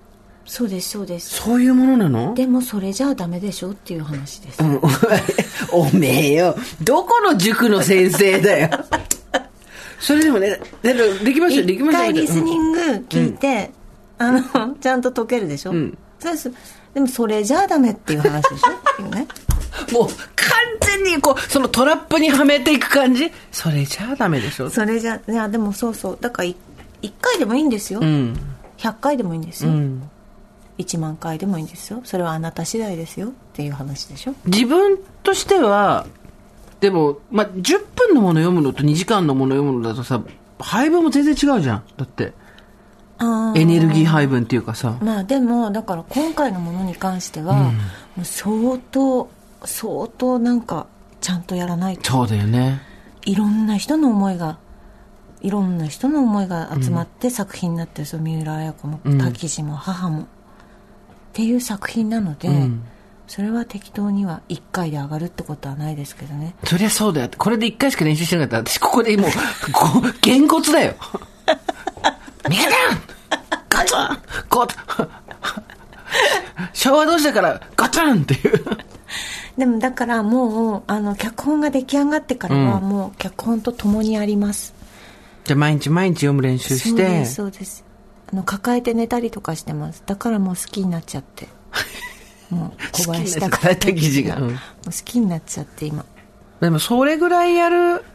[SPEAKER 3] そうですそうです
[SPEAKER 2] そういうものなの
[SPEAKER 3] でもそれじゃダメでしょっていう話です、
[SPEAKER 2] うん <laughs> お前おめえよ。どこの塾の先生だよ。 <laughs> それでもね、でできますよ、でき
[SPEAKER 3] 一
[SPEAKER 2] ますよ。
[SPEAKER 3] 回リスニ
[SPEAKER 2] グ。
[SPEAKER 3] ング聞いて、あのちゃんと解けるでしょ、そうですでもそれじゃダメっていう話でしょっていうね
[SPEAKER 2] もう完全にこう、そのトラップにはめていく感じ。それじゃあダメでしょ。
[SPEAKER 3] それじゃいやでもそうそうだからい一回でもいいんですよ、
[SPEAKER 2] うん。
[SPEAKER 3] 100回でもいいんです
[SPEAKER 2] う
[SPEAKER 3] よ、
[SPEAKER 2] ん。
[SPEAKER 3] 1万回でもいいんですよそれはあなた次第ですよっていう話でしょ
[SPEAKER 2] 自分としては、でも、まあ、10分のもの読むのと2時間のもの読むのだとさ、配分も全然違うじゃん。だって、
[SPEAKER 3] あ
[SPEAKER 2] エネルギー配分っていうかさ。
[SPEAKER 3] まあでもだから今回のものに関しては、もう相当相当なんかちゃんとやらないと
[SPEAKER 2] そうだよね。
[SPEAKER 3] いろんな人の思いがいろんな人の思いが集まって作品になってる、その三浦綾子も
[SPEAKER 2] ん
[SPEAKER 3] 滝地も母も、っていう作品なので、
[SPEAKER 2] ん
[SPEAKER 3] それは適当には1回で上がるってことはないですけどね
[SPEAKER 2] そりゃそうだよ。これで一回しか練習してなかったら、私ここでもう、こう、げんこつだよ。味方ガツンこう、昭和同士だから、ガツンっていう。
[SPEAKER 3] でもだからもうあの脚本が出来上がってからは
[SPEAKER 2] うん
[SPEAKER 3] もう脚本と共にあります、
[SPEAKER 2] じゃあ毎日毎日読む練習
[SPEAKER 3] そ
[SPEAKER 2] し
[SPEAKER 3] う
[SPEAKER 2] て
[SPEAKER 3] で、すそうですあの抱えて寝たりとかしてますだからもう好きになっちゃって
[SPEAKER 2] <laughs>
[SPEAKER 3] もう小林
[SPEAKER 2] 好きになっ
[SPEAKER 3] 隆
[SPEAKER 2] ちゃった記事がうん
[SPEAKER 3] もう好きになっちゃって今
[SPEAKER 2] でもそれぐらいやる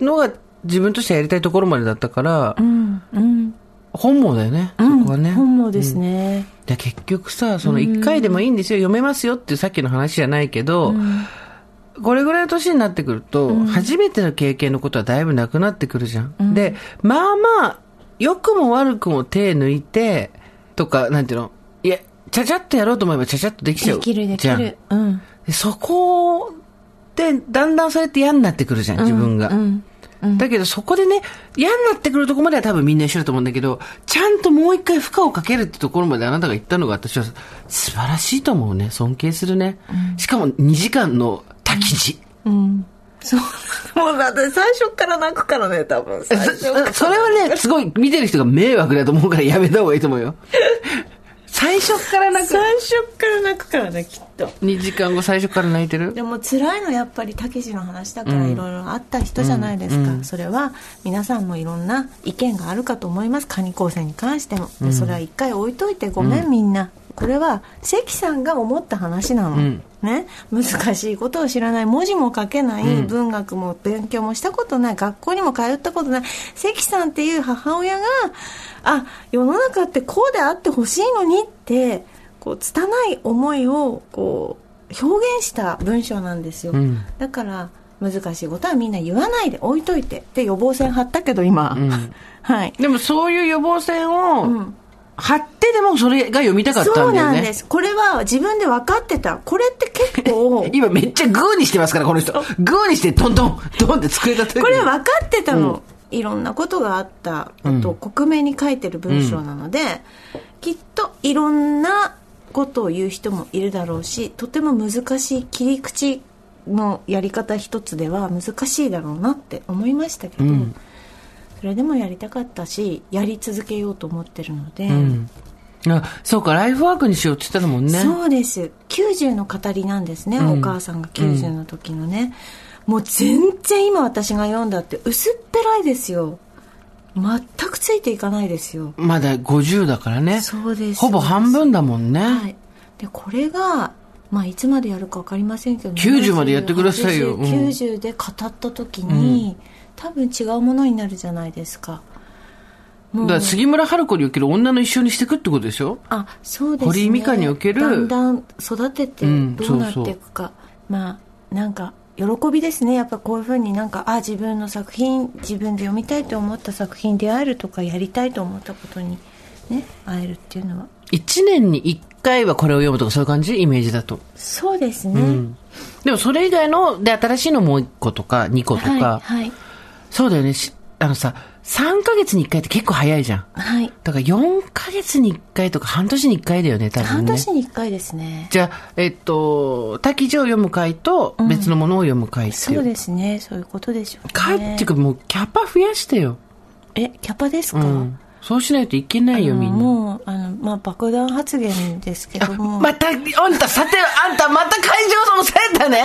[SPEAKER 2] のが自分としてやりたいところまでだったから、
[SPEAKER 3] うんうん
[SPEAKER 2] 本望だよね、そこはね。
[SPEAKER 3] 本望ですね、
[SPEAKER 2] で結局さ、その一回でもいいんですよ、読めますよっていうさっきの話じゃないけど、これぐらいの年になってくると、初めての経験のことはだいぶなくなってくるじゃん。で、まあまあ、良くも悪くも手抜いて、とか、なんていうの、いや、ちゃちゃっとやろうと思えばちゃちゃっとできち
[SPEAKER 3] で
[SPEAKER 2] ゃう。
[SPEAKER 3] きるでき
[SPEAKER 2] じゃん
[SPEAKER 3] るうん
[SPEAKER 2] でそこで、だんだんそれって嫌になってくるじゃん、自分が。
[SPEAKER 3] うん
[SPEAKER 2] だけどそこでね、嫌になってくるとこまでは多分みんな一緒だと思うんだけど、ちゃんともう一回負荷をかけるってところまであなたが言ったのが私は素晴らしいと思うね。尊敬するね。しかも2時間の滝地。
[SPEAKER 3] うんそうもうだって最初から泣くからね多 <laughs> 分最
[SPEAKER 2] そ
[SPEAKER 3] 初から
[SPEAKER 2] それはね、すごい見てる人が迷惑だと思うからやめた方がいいと思うよ。最初から泣く。
[SPEAKER 3] 最初から泣くからねきっと
[SPEAKER 2] 2時間後最初から泣いてる
[SPEAKER 3] でも辛いのやっぱりたけしの話だからいろいろあった人じゃないですか、それは皆さんもいろんな意見があるかと思いますカニ構成に関してもでそれは一回置いといてごめん、みんなこれは関さんが思った話なの、
[SPEAKER 2] ん
[SPEAKER 3] ね、難しいことを知らない文字も書けない、文学も勉強もしたことない学校にも通ったことない関さんっていう母親があ世の中ってこうであってほしいのにってこう拙い思いをこう表現した文章なんですよ、
[SPEAKER 2] ん
[SPEAKER 3] だから難しいことはみんな言わないで置いといてで予防線張ったけど今、 <laughs> はい
[SPEAKER 2] でもそういう予防線
[SPEAKER 3] う
[SPEAKER 2] を
[SPEAKER 3] ん
[SPEAKER 2] 張ってでもそれが読みたかったんだ
[SPEAKER 3] そ
[SPEAKER 2] よ
[SPEAKER 3] う
[SPEAKER 2] ね。
[SPEAKER 3] なんですこれは自分で分かってたこれって結
[SPEAKER 2] <laughs>
[SPEAKER 3] 構
[SPEAKER 2] 今めっちゃグーにしてますから、この人。グーにして、トントン、トンって机叩いて
[SPEAKER 3] <laughs>
[SPEAKER 2] る。
[SPEAKER 3] これ分かってたの、いろんなことがあったことを克明に書いてる文章なので、きっといろんなことを言う人もいるだろうしとても難しい切り口のやり方一つでは難しいだろうなって思いましたけど、それでもやりたかったしやり続けようと思ってるので、
[SPEAKER 2] あ、そうか、ライフワークにしようって言ってたもんね。
[SPEAKER 3] そうです90の語りなんですね、お母さんが90の時のね、もう全然今私が読んだって薄っぺらいですよ全くついていかないですよ
[SPEAKER 2] まだ50だからね。
[SPEAKER 3] そうです
[SPEAKER 2] ほぼ半分だもんね。
[SPEAKER 3] はいでこれがまあいつまでやるか分かりませんけど
[SPEAKER 2] 90までやってくださいようん
[SPEAKER 3] 90で語った時に、多分違うものになるじゃないですかも
[SPEAKER 2] だから杉村春子における女の一生にしていくってことでしょ
[SPEAKER 3] あそうですね
[SPEAKER 2] 堀井美香における
[SPEAKER 3] だんだん育てて
[SPEAKER 2] うん
[SPEAKER 3] どうなっていくか、まあなんか喜びですねやっぱこういうふうになんかあ自分の作品自分で読みたいと思った作品に出会えるとかやりたいと思ったことにね会えるっていうのは
[SPEAKER 2] ?1 年に1回はこれを読むとかそういう感じイメージだと。
[SPEAKER 3] そうですね、
[SPEAKER 2] でもそれ以外の、で、新しいのもう1個とか2個とか。
[SPEAKER 3] はいはい
[SPEAKER 2] そうだよね。しあのさ、3ヶ月に1回って結構早いじゃん。
[SPEAKER 3] はい
[SPEAKER 2] だから4ヶ月に1回とか半年に1回だよね、多分ね。
[SPEAKER 3] 半年に1回ですね
[SPEAKER 2] じゃあ、えっと、滝字を読む回と別のものを読む回ってい
[SPEAKER 3] そう
[SPEAKER 2] う。
[SPEAKER 3] ですねそういうことでしょうね
[SPEAKER 2] 回っていうかもうキャパ増やしてよ。
[SPEAKER 3] えキャパですか、
[SPEAKER 2] うんそうしないといけないよ、みんな。
[SPEAKER 3] もうあの、まあ、爆弾発言ですけども、
[SPEAKER 2] また、あんた、さて、あんた、また会場のせいだね。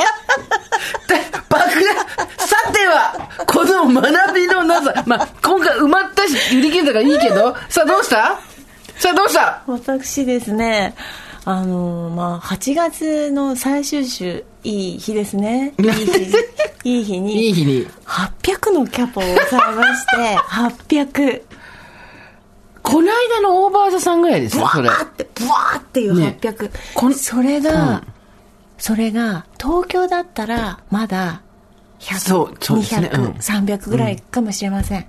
[SPEAKER 2] だ爆弾、さては、この学びのなさ。まあ、今回埋まったし、売り切れたからいいけど、さあ、どうしたさあ、どうした
[SPEAKER 3] 私ですねあの、まあ、8月の最終週いい日ですねいい日い
[SPEAKER 2] <laughs>
[SPEAKER 3] い日に
[SPEAKER 2] いい日に。
[SPEAKER 3] 800のキャパを抑えまして
[SPEAKER 2] <laughs>
[SPEAKER 3] 800
[SPEAKER 2] この間のオーバーザさんぐらいです
[SPEAKER 3] ブ
[SPEAKER 2] よ
[SPEAKER 3] ワ、
[SPEAKER 2] それ。
[SPEAKER 3] ーってブワーっていう
[SPEAKER 2] ね
[SPEAKER 3] 800、
[SPEAKER 2] こん
[SPEAKER 3] それが、
[SPEAKER 2] うん
[SPEAKER 3] それが東京だったらまだ
[SPEAKER 2] そうそうですねうん
[SPEAKER 3] 100200ぐらいかもしれません、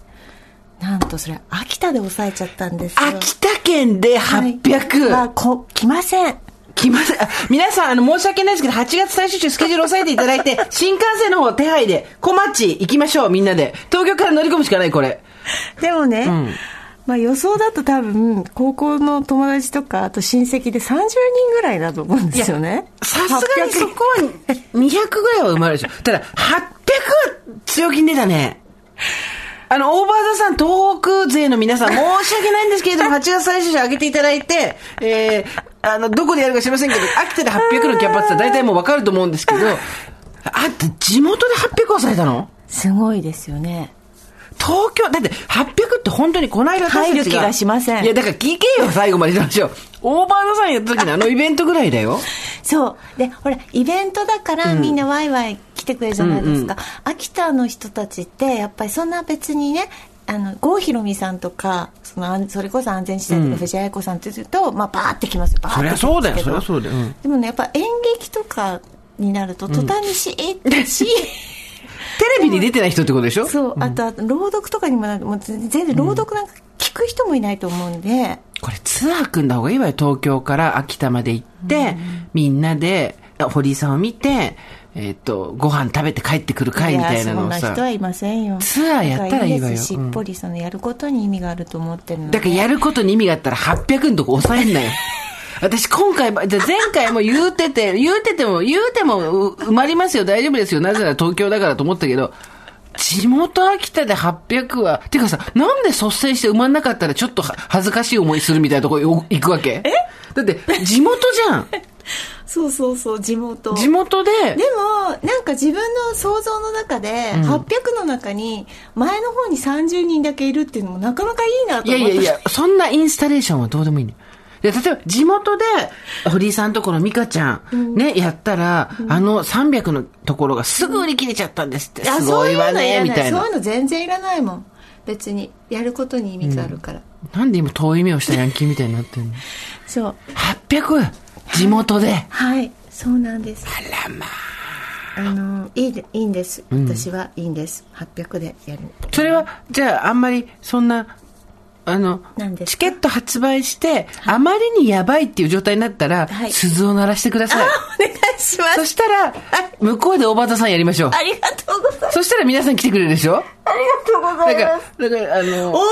[SPEAKER 3] なんとそれ秋田で抑えちゃったんですよ
[SPEAKER 2] 秋田県で800。
[SPEAKER 3] はこ来ません
[SPEAKER 2] 来ません。あ皆さん、あの、申し訳ないですけど、8月最終週スケジュール押さえていただいて、新幹線の方手配で、小町行きましょう、みんなで。東京から乗り込むしかない、これ。
[SPEAKER 3] でもね、
[SPEAKER 2] ん
[SPEAKER 3] まあ予想だと多分高校の友達とかあと親戚で30人ぐらいだと思うんですよね
[SPEAKER 2] さすがに
[SPEAKER 3] 800
[SPEAKER 2] そこは200ぐらいは生まれるでしょ。ただ、800は強気に出たね。あの、オーバーザさん、東北勢の皆さん、申し訳ないんですけれども、8月最終週上げていただいて、えー、あの、どこでやるか知りませんけど、秋田で800のキャパって大体もうわかると思うんですけど、あんた、地元で800抑えたの
[SPEAKER 3] すごいですよね
[SPEAKER 2] 東京、だって800って本当にこの間私たち
[SPEAKER 3] 入る気がしません
[SPEAKER 2] いや、だから聞けよ、最後まで話を。オーバーザさんやった時のあのイベントぐらいだよ。
[SPEAKER 3] そうでほらイベントだからみんなワイワイ来てくれるじゃないですか、秋田の人たちってやっぱりそんな別にねあの郷ひろみさんとかそのあんそれこそ安全地帯とか藤あや子さんって言うと、まあ、バーってきますよバーって来ますけど
[SPEAKER 2] そうだよ。うん
[SPEAKER 3] でもねやっぱ演劇とかになると途端にしえってし、
[SPEAKER 2] テレビに出てない人ってことでしょ
[SPEAKER 3] そうあとあと朗読とかにもなるもう全然朗読なんか聞く人もいないと思うんで、
[SPEAKER 2] これツアー組んだ方がいいわよ。東京から秋田まで行って、みんなで、あ堀井さんを見て、えっ、と、ご飯食べて帰ってくる会みたいな
[SPEAKER 3] やそん
[SPEAKER 2] のを
[SPEAKER 3] な人は
[SPEAKER 2] さ。
[SPEAKER 3] いませんよ
[SPEAKER 2] ツアーやったらいいわ
[SPEAKER 3] だ
[SPEAKER 2] よ
[SPEAKER 3] からですしっぽりそのやることに意味があると思ってるので
[SPEAKER 2] だからやることに意味があったら800のとこ抑えんなよ。私今回ば、じゃあ前回も言うてて、言うてても、言うてもう埋まりますよ、大丈夫ですよ。なぜなら東京だからと思ったけど、地元秋田で800は、てかさ、なんで率先して埋まんなかったらちょっとは恥ずかしい思いするみたいなとこよ行くわけえだって地元じゃん。
[SPEAKER 3] そうそうそう地元
[SPEAKER 2] 地元で、
[SPEAKER 3] でもなんか自分の想像の中で、800の中に前の方に30人だけいるっていうのもなかなかいいなと
[SPEAKER 2] い
[SPEAKER 3] 思
[SPEAKER 2] や
[SPEAKER 3] っ
[SPEAKER 2] い
[SPEAKER 3] て
[SPEAKER 2] やいや、そんなインスタレーションはどうでもいいの。で例えば地元で堀井さんとこの美香ちゃん、ねやったら、あの300のところがすぐ売り切れちゃったんですって、
[SPEAKER 3] あ
[SPEAKER 2] すごいわねみたい
[SPEAKER 3] そう
[SPEAKER 2] な
[SPEAKER 3] いうの全然いらないもん別にやることに意味があるから、
[SPEAKER 2] なんで今遠い目をしたヤンキーみたいになってんの
[SPEAKER 3] そう
[SPEAKER 2] 800! 地元で
[SPEAKER 3] はいそうなんですあらまああのいいでいいんです私はいいんです、800でやる
[SPEAKER 2] それはじゃああんまりそんなあの
[SPEAKER 3] 何ですか
[SPEAKER 2] チケット発売してあまりにやばいっていう状態になったら、
[SPEAKER 3] はい
[SPEAKER 2] 鈴を鳴らしてください
[SPEAKER 3] お願いしま
[SPEAKER 2] そしたら向こうで大畑さんやりましょう
[SPEAKER 3] ありがとうございます
[SPEAKER 2] そしたら皆さん来てくれるでしょ
[SPEAKER 3] ありがとうござ
[SPEAKER 2] だ
[SPEAKER 3] い
[SPEAKER 2] か
[SPEAKER 3] ま
[SPEAKER 2] ら
[SPEAKER 3] す、
[SPEAKER 2] だから、あ
[SPEAKER 3] 大葉
[SPEAKER 2] の、
[SPEAKER 3] さ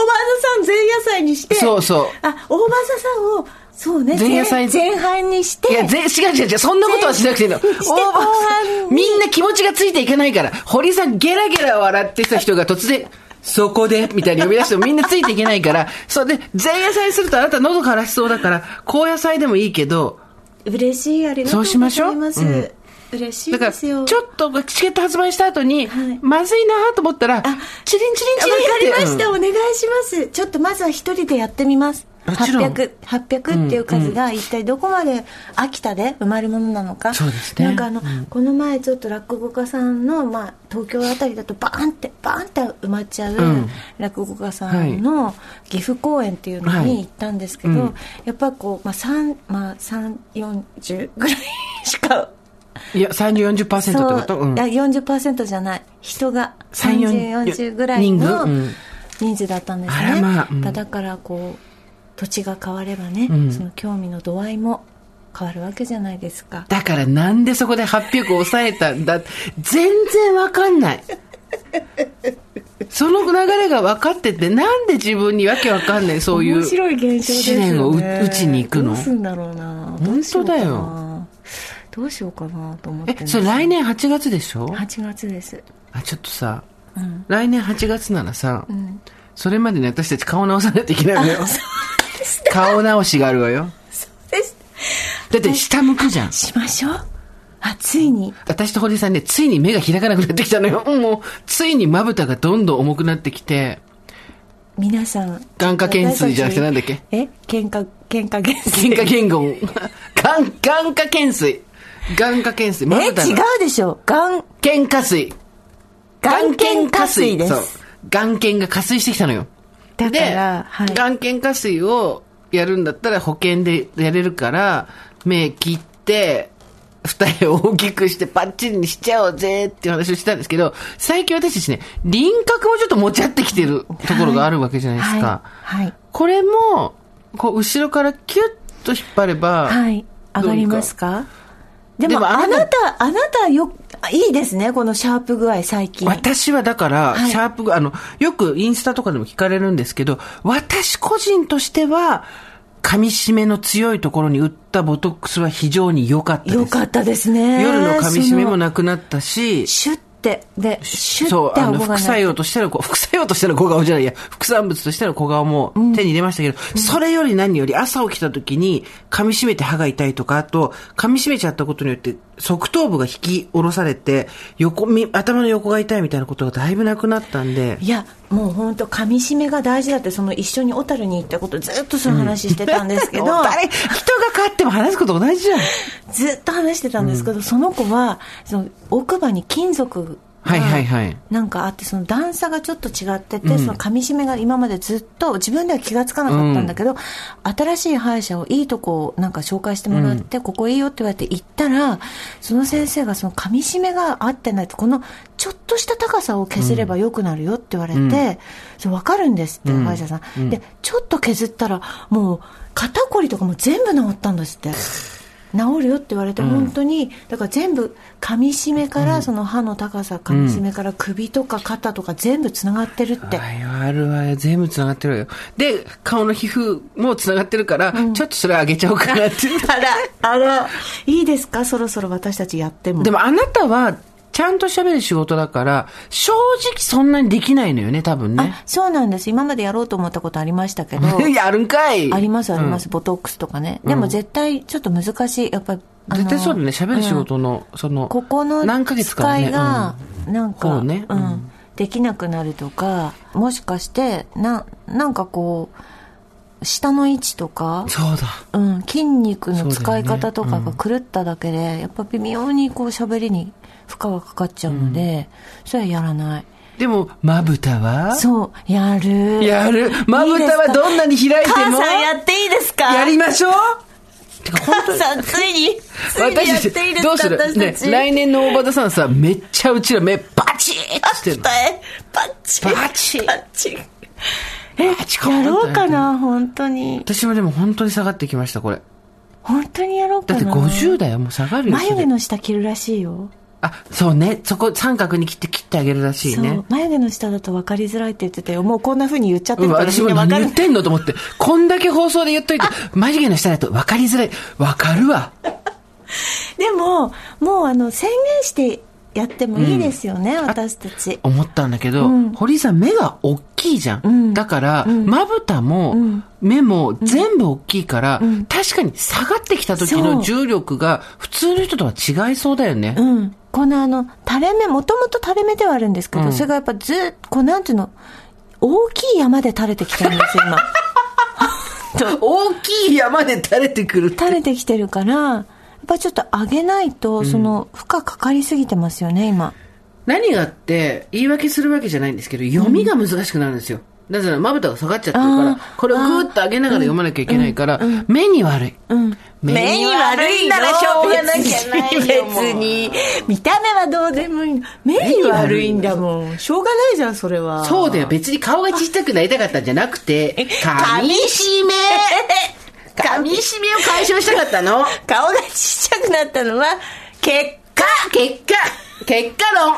[SPEAKER 3] ん前夜祭にして
[SPEAKER 2] そうそう
[SPEAKER 3] あ大葉さんをそうね
[SPEAKER 2] 前夜祭
[SPEAKER 3] 前前半にして
[SPEAKER 2] いや、ぜ違う違う違う、そんなことはしなくていいの。
[SPEAKER 3] して後半に
[SPEAKER 2] みんな気持ちがついていけないから、堀さんゲラゲラ笑ってた人が突然、そこで、みたいに呼び出してもみんなついていけないから、そうで、前夜祭するとあなた喉枯らしそうだから、後夜祭でもいいけど、
[SPEAKER 3] 嬉しいありがとうございます
[SPEAKER 2] そうしましょううん
[SPEAKER 3] 嬉しい
[SPEAKER 2] だか
[SPEAKER 3] で
[SPEAKER 2] ら、
[SPEAKER 3] す
[SPEAKER 2] ちょ
[SPEAKER 3] よ
[SPEAKER 2] っとチケット発売した後に、
[SPEAKER 3] はい
[SPEAKER 2] まずいなと思ったら、チリンチリンチリン
[SPEAKER 3] わかりま
[SPEAKER 2] って
[SPEAKER 3] した、
[SPEAKER 2] うん
[SPEAKER 3] お願いしますちょっとまずは一人でやってみます
[SPEAKER 2] もちろん
[SPEAKER 3] 800 800っていう数が一体どこまで秋田で生まれるものなのか、
[SPEAKER 2] そうですね
[SPEAKER 3] なんかあの、この前ちょっと落語家さんの、まあ、東京あたりだとバーンってバーンって埋まっちゃう
[SPEAKER 2] うん
[SPEAKER 3] 落語家さんの岐阜公演っていうの
[SPEAKER 2] はい
[SPEAKER 3] に行ったんですけど、
[SPEAKER 2] うん
[SPEAKER 3] やっぱこう、まあ、3まあ340ぐらいしか
[SPEAKER 2] いや、30、40%って
[SPEAKER 3] そう
[SPEAKER 2] ことうん
[SPEAKER 3] あ40%じゃない人が
[SPEAKER 2] 3
[SPEAKER 3] 3040ぐらいの
[SPEAKER 2] 人数うん
[SPEAKER 3] 人数だったんです
[SPEAKER 2] あ
[SPEAKER 3] ね、
[SPEAKER 2] らまあうん
[SPEAKER 3] だだからこう土地が変わればね、
[SPEAKER 2] ん
[SPEAKER 3] その興味の度合いも変わるわけじゃないですか
[SPEAKER 2] だからなんでそこで800を抑えたんだ全然わかんない。その流れが分かってて、なんで自分にわけわかんない、そういう。
[SPEAKER 3] 面白い現象ですよね
[SPEAKER 2] 試練を打打ちに行くの
[SPEAKER 3] どうすんだろうな
[SPEAKER 2] 当
[SPEAKER 3] どうしようかな
[SPEAKER 2] だよ
[SPEAKER 3] どうしようかなと思って
[SPEAKER 2] え、それ来年8月でしょ
[SPEAKER 3] 8月です
[SPEAKER 2] あ、ちょっとさ、
[SPEAKER 3] うん
[SPEAKER 2] 来年8月ならさ、それまでに私たち顔直さないといけないのよ。顔直しがあるわよ。
[SPEAKER 3] です
[SPEAKER 2] だって下向くじゃん。
[SPEAKER 3] しましょうあついに
[SPEAKER 2] 私と堀井さんね、ついに目が開かなくなってきたのよ。もう、ついにまぶたがどんどん重くなってきて、
[SPEAKER 3] 皆さん
[SPEAKER 2] 眼科検水じゃなくてなんだっけ
[SPEAKER 3] え喧嘩喧嘩検水
[SPEAKER 2] 喧嘩言語。眼、眼科懸垂。眼科懸垂。ま
[SPEAKER 3] え違
[SPEAKER 2] ぶたの
[SPEAKER 3] うでしょ眼
[SPEAKER 2] 喧嘩水。
[SPEAKER 3] 眼瞼下垂です
[SPEAKER 2] そう。眼瞼が下垂してきたのよ。
[SPEAKER 3] だか
[SPEAKER 2] で、
[SPEAKER 3] ら、はい、
[SPEAKER 2] 眼瞼下垂をやるんだったら保険でやれるから、目切って、二重を大きくしてパッチリにしちゃおうぜっていう話をしてたんですけど、最近私たちね、輪郭もちょっと持ち合ってきてるところがあるわけじゃないですか。
[SPEAKER 3] はいはい
[SPEAKER 2] これも、こう、後ろからキュッと引っ張れば、
[SPEAKER 3] はい。上がりますかでも
[SPEAKER 2] でもあ
[SPEAKER 3] あ
[SPEAKER 2] な
[SPEAKER 3] なた、あなたよ、あいいですね、このシャープ具合、最近。
[SPEAKER 2] 私はだから、
[SPEAKER 3] はい
[SPEAKER 2] シャープが、あの、よくインスタとかでも聞かれるんですけど、私個人としては、噛み締めの強いところに打ったボトックスは非常に良かったです。
[SPEAKER 3] よかったですね。
[SPEAKER 2] 夜の噛み締めも
[SPEAKER 3] その
[SPEAKER 2] なくなったし、
[SPEAKER 3] シュって、で、シュ
[SPEAKER 2] そう
[SPEAKER 3] っ、て
[SPEAKER 2] あの、
[SPEAKER 3] 顎が
[SPEAKER 2] 副作
[SPEAKER 3] ない。
[SPEAKER 2] 用としてのこ、 <laughs> 副作用としての小顔じゃない、いや、副産物としての小顔も手に入れましたけど、それより何より朝起きた時に噛み締めて歯が痛いとか、あと、噛み締めちゃったことによって側頭部が引き下ろされて、横、み頭の横が痛いみたいなことがだいぶなくなったんで、
[SPEAKER 3] いや、もう本当噛み締めが大事だって、その一緒に小樽に行ったこと、ずっとその話してたんですけど、
[SPEAKER 2] <laughs> 誰、人が変わっても話すこと同じじゃん。
[SPEAKER 3] ずっと話してたんですけど、その子は、その奥歯に金属が、
[SPEAKER 2] はいはいはい
[SPEAKER 3] なんかあって、その段差がちょっと違ってて、その噛み締めが今までずっと自分では気がつかなかったんだけど、新しい歯医者をいいとこをなんか紹介してもらって、ここいいよって言われて行ったら、その先生がその噛み締めが合ってないと、このちょっとした高さを削れば良くなるよって言われて、それ分かるんですって、歯医者さん。で、ちょっと削ったら、もう肩こりとかも全部治ったんですって。治るよって言われて、本当にだから全部噛み締めから、その歯の高さ噛み締めから首とか肩とか全部つながってるって、
[SPEAKER 2] はい、あるわよ。全部繋がってるわよ。で、顔の皮膚も繋がってるから、ちょっとそれ上げちゃおうかなって。
[SPEAKER 3] あらあらいいですかそろそろ私たちやっても
[SPEAKER 2] でもあなたは、ちゃんと喋る仕事だから、正直そんなにできないのよね、多分ね
[SPEAKER 3] あ。そうなんです今までやろうと思ったことありましたけど
[SPEAKER 2] <laughs> やるんかい
[SPEAKER 3] ありますあります、ボトックスとかねでも絶対ちょっと難しいやっぱりあの
[SPEAKER 2] 絶対そうだね、喋る仕事の、その、
[SPEAKER 3] ここの
[SPEAKER 2] 何ヶ月かは
[SPEAKER 3] 使
[SPEAKER 2] ね
[SPEAKER 3] いが、なん
[SPEAKER 2] こ
[SPEAKER 3] か、
[SPEAKER 2] うね
[SPEAKER 3] う
[SPEAKER 2] うん
[SPEAKER 3] ん、できなくなるとか、もしかして、な、なんかこう、下の位置とか
[SPEAKER 2] うん、そうだ。
[SPEAKER 3] うん、筋肉の
[SPEAKER 2] そうだ
[SPEAKER 3] 使
[SPEAKER 2] よ
[SPEAKER 3] い
[SPEAKER 2] ね
[SPEAKER 3] 方とかが狂っただけで、やっぱ微妙にこう喋りに負荷がかかっちゃうので、それはやらない。
[SPEAKER 2] でも、まぶたは
[SPEAKER 3] そう、やる。
[SPEAKER 2] やる。まぶたはどんなに開いても、
[SPEAKER 3] 母さんやっていいですか
[SPEAKER 2] やりましょうてか、本当
[SPEAKER 3] 母さん、ついに、ついにやっ
[SPEAKER 2] 私
[SPEAKER 3] ていいですか
[SPEAKER 2] たち、どうする
[SPEAKER 3] 私
[SPEAKER 2] ね
[SPEAKER 3] たち。、
[SPEAKER 2] 来年の大場さんさ、めっちゃうちら目バチーッしてる
[SPEAKER 3] 二
[SPEAKER 2] の。
[SPEAKER 3] 重パッチ
[SPEAKER 2] パッチ
[SPEAKER 3] パッチえや
[SPEAKER 2] パチコーン
[SPEAKER 3] ろうかな本当に
[SPEAKER 2] 私はでも本当に下がってきました、これ。
[SPEAKER 3] 本当にやろうか
[SPEAKER 2] だっ
[SPEAKER 3] な
[SPEAKER 2] て50代はもう下がるよ。
[SPEAKER 3] 眉
[SPEAKER 2] それ
[SPEAKER 3] 毛の下切るらしいよ
[SPEAKER 2] あ、そうね。そこ三角に切って切ってあげるらしい
[SPEAKER 3] そ
[SPEAKER 2] ね
[SPEAKER 3] う。眉毛の下だと分かりづらいって言ってたよもうこんなふうに言っちゃって
[SPEAKER 2] うん
[SPEAKER 3] るからみ
[SPEAKER 2] 私
[SPEAKER 3] ん
[SPEAKER 2] も
[SPEAKER 3] な分
[SPEAKER 2] 何
[SPEAKER 3] かる
[SPEAKER 2] 言ってんのと思って、こんだけ放送で言っといて、眉毛の下だと分かりづらい。分かるわ。
[SPEAKER 3] <laughs> でももうあの宣言してやってもいいですよね、私たち
[SPEAKER 2] 思ったんだけど、堀井さん目が大きいじゃん。だから、まぶたも、目も全部大きいから、確かに下がってきた時
[SPEAKER 3] そ
[SPEAKER 2] の
[SPEAKER 3] う
[SPEAKER 2] 重力が普通の人とは違いそうだよね。
[SPEAKER 3] うんこのあの垂れ目もともと垂れ目ではあるんですけど、それがやっぱずっとこうなんていうの大きい山で垂れてきたんですよ
[SPEAKER 2] <laughs>
[SPEAKER 3] 今
[SPEAKER 2] 大きい山で垂れてくるって
[SPEAKER 3] 垂れてきてるから、やっぱちょっと上げないと、その、負荷かかりすぎてますよね、今。
[SPEAKER 2] 何があって、言い訳するわけじゃないんですけど、読みが難しくなるんですよ。なぜなら、まぶたが下がっちゃってるから
[SPEAKER 3] あ、
[SPEAKER 2] これをぐーっと上げながら読まなきゃいけないから、目に悪い。
[SPEAKER 3] うん。
[SPEAKER 2] 目に
[SPEAKER 3] 悪いならしょうがなきゃないよ。別に。見た目はどうでもいいの。目に悪いんだもん。しょうがないじゃん、それは。
[SPEAKER 2] そうだよ、別に顔が小さくなりたかったんじゃなくて、噛み締め噛み締めを解消したかったの
[SPEAKER 3] 顔がちっちゃくなったのは、結
[SPEAKER 2] か結果結果論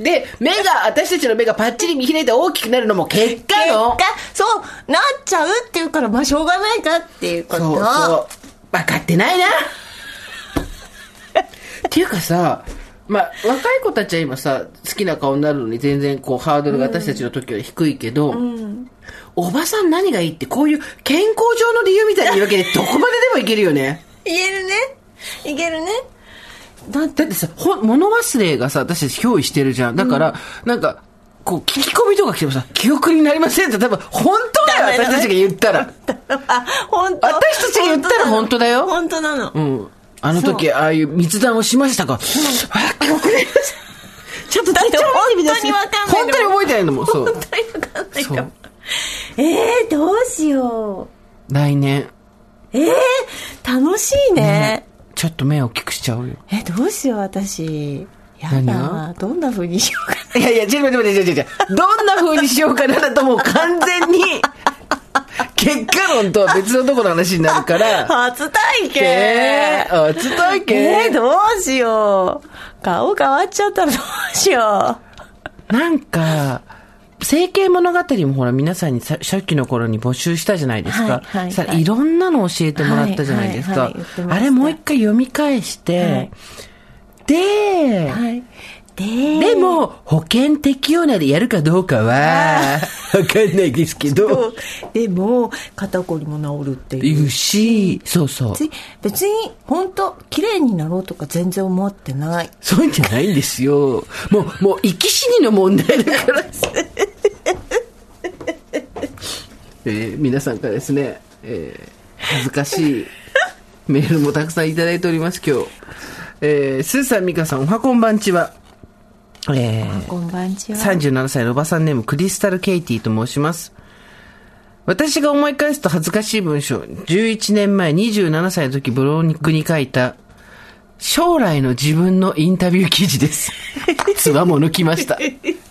[SPEAKER 2] で、目が、私たちの目がパッチリ見開いて大きくなるのも結果
[SPEAKER 3] 果
[SPEAKER 2] 論
[SPEAKER 3] の。そう、なっちゃうっていうから、まあ、しょうがないかっていうこと。
[SPEAKER 2] そう <laughs> そう。分かってないな。っていうかさ、まあ、若い子たちは今さ好きな顔になるのに全然こうハードルが私たちの時より低いけど、おばさん何がいいってこういう健康上の理由みたいに言うわけ <laughs> でどこまででもいけるよね
[SPEAKER 3] 言えるねいけるね
[SPEAKER 2] だってさほ物忘れがさ私たち憑依してるじゃんだから、なんかこう聞き込みとか来てもさ記憶になりませんって多分本当だ
[SPEAKER 3] ダメ
[SPEAKER 2] よ
[SPEAKER 3] だ
[SPEAKER 2] 私
[SPEAKER 3] ね
[SPEAKER 2] たちが言ったら、
[SPEAKER 3] あ本当
[SPEAKER 2] 私たちが言ったら本当だよ
[SPEAKER 3] 本当なの
[SPEAKER 2] う
[SPEAKER 3] 本
[SPEAKER 2] ん、あの時ああいう密談をしましたか、あ記憶になりませんちょっと
[SPEAKER 3] 当
[SPEAKER 2] 体
[SPEAKER 3] な
[SPEAKER 2] 調
[SPEAKER 3] の
[SPEAKER 2] 見て
[SPEAKER 3] 本
[SPEAKER 2] みな
[SPEAKER 3] 当にわかんない
[SPEAKER 2] 本当に覚えてないのもそ
[SPEAKER 3] 本
[SPEAKER 2] う
[SPEAKER 3] 当にわかんない
[SPEAKER 2] そ
[SPEAKER 3] かも
[SPEAKER 2] う
[SPEAKER 3] えー、どうしよ
[SPEAKER 2] 来年
[SPEAKER 3] うえー、楽しいね
[SPEAKER 2] ちょっと目を大きくしちゃうよ
[SPEAKER 3] えどうしよう私や
[SPEAKER 2] 何
[SPEAKER 3] だ
[SPEAKER 2] が
[SPEAKER 3] どんな風にしようかない
[SPEAKER 2] やいや、ちょっと待って待って待って待ってどんな風にしようかなだともう完全に、
[SPEAKER 3] <laughs>
[SPEAKER 2] 結果論とは別のとこの話になるから、
[SPEAKER 3] <laughs> 初体験
[SPEAKER 2] えー、あ、つた
[SPEAKER 3] え
[SPEAKER 2] け
[SPEAKER 3] ー、どうしよう顔変わっちゃったらどうしよ
[SPEAKER 2] なんか、整形物語もほら皆さんにさ初期の頃に募集したじゃないですか。
[SPEAKER 3] はいはいはい
[SPEAKER 2] さいろんなの教えてもらったじゃないですか。
[SPEAKER 3] はいはいはい言ってました
[SPEAKER 2] あれもう一回読み返して、で、
[SPEAKER 3] うはいで
[SPEAKER 2] でも、保険適用内でやるかどうかは、わかんないですけ
[SPEAKER 3] <laughs>
[SPEAKER 2] ど、
[SPEAKER 3] でも肩こりも治るっていう
[SPEAKER 2] 言うし、そうそう。
[SPEAKER 3] 別に別に本当綺麗になろうとか全然思ってない
[SPEAKER 2] そういうんじゃないんですよ。もう、もう、生き死にの問題だから。えー皆さんからですね、えー恥ずかしいメールもたくさんいただいております、今日。えー、スーさん、ミカさん、おはこんばんちは。えー、
[SPEAKER 3] こんばんちは
[SPEAKER 2] 37歳のおばさんネームクリスタル・ケイティと申します私が思い返すと恥ずかしい文章11年前27歳の時ブロークに書いた将来の自分のインタビュー記事ですつわものきました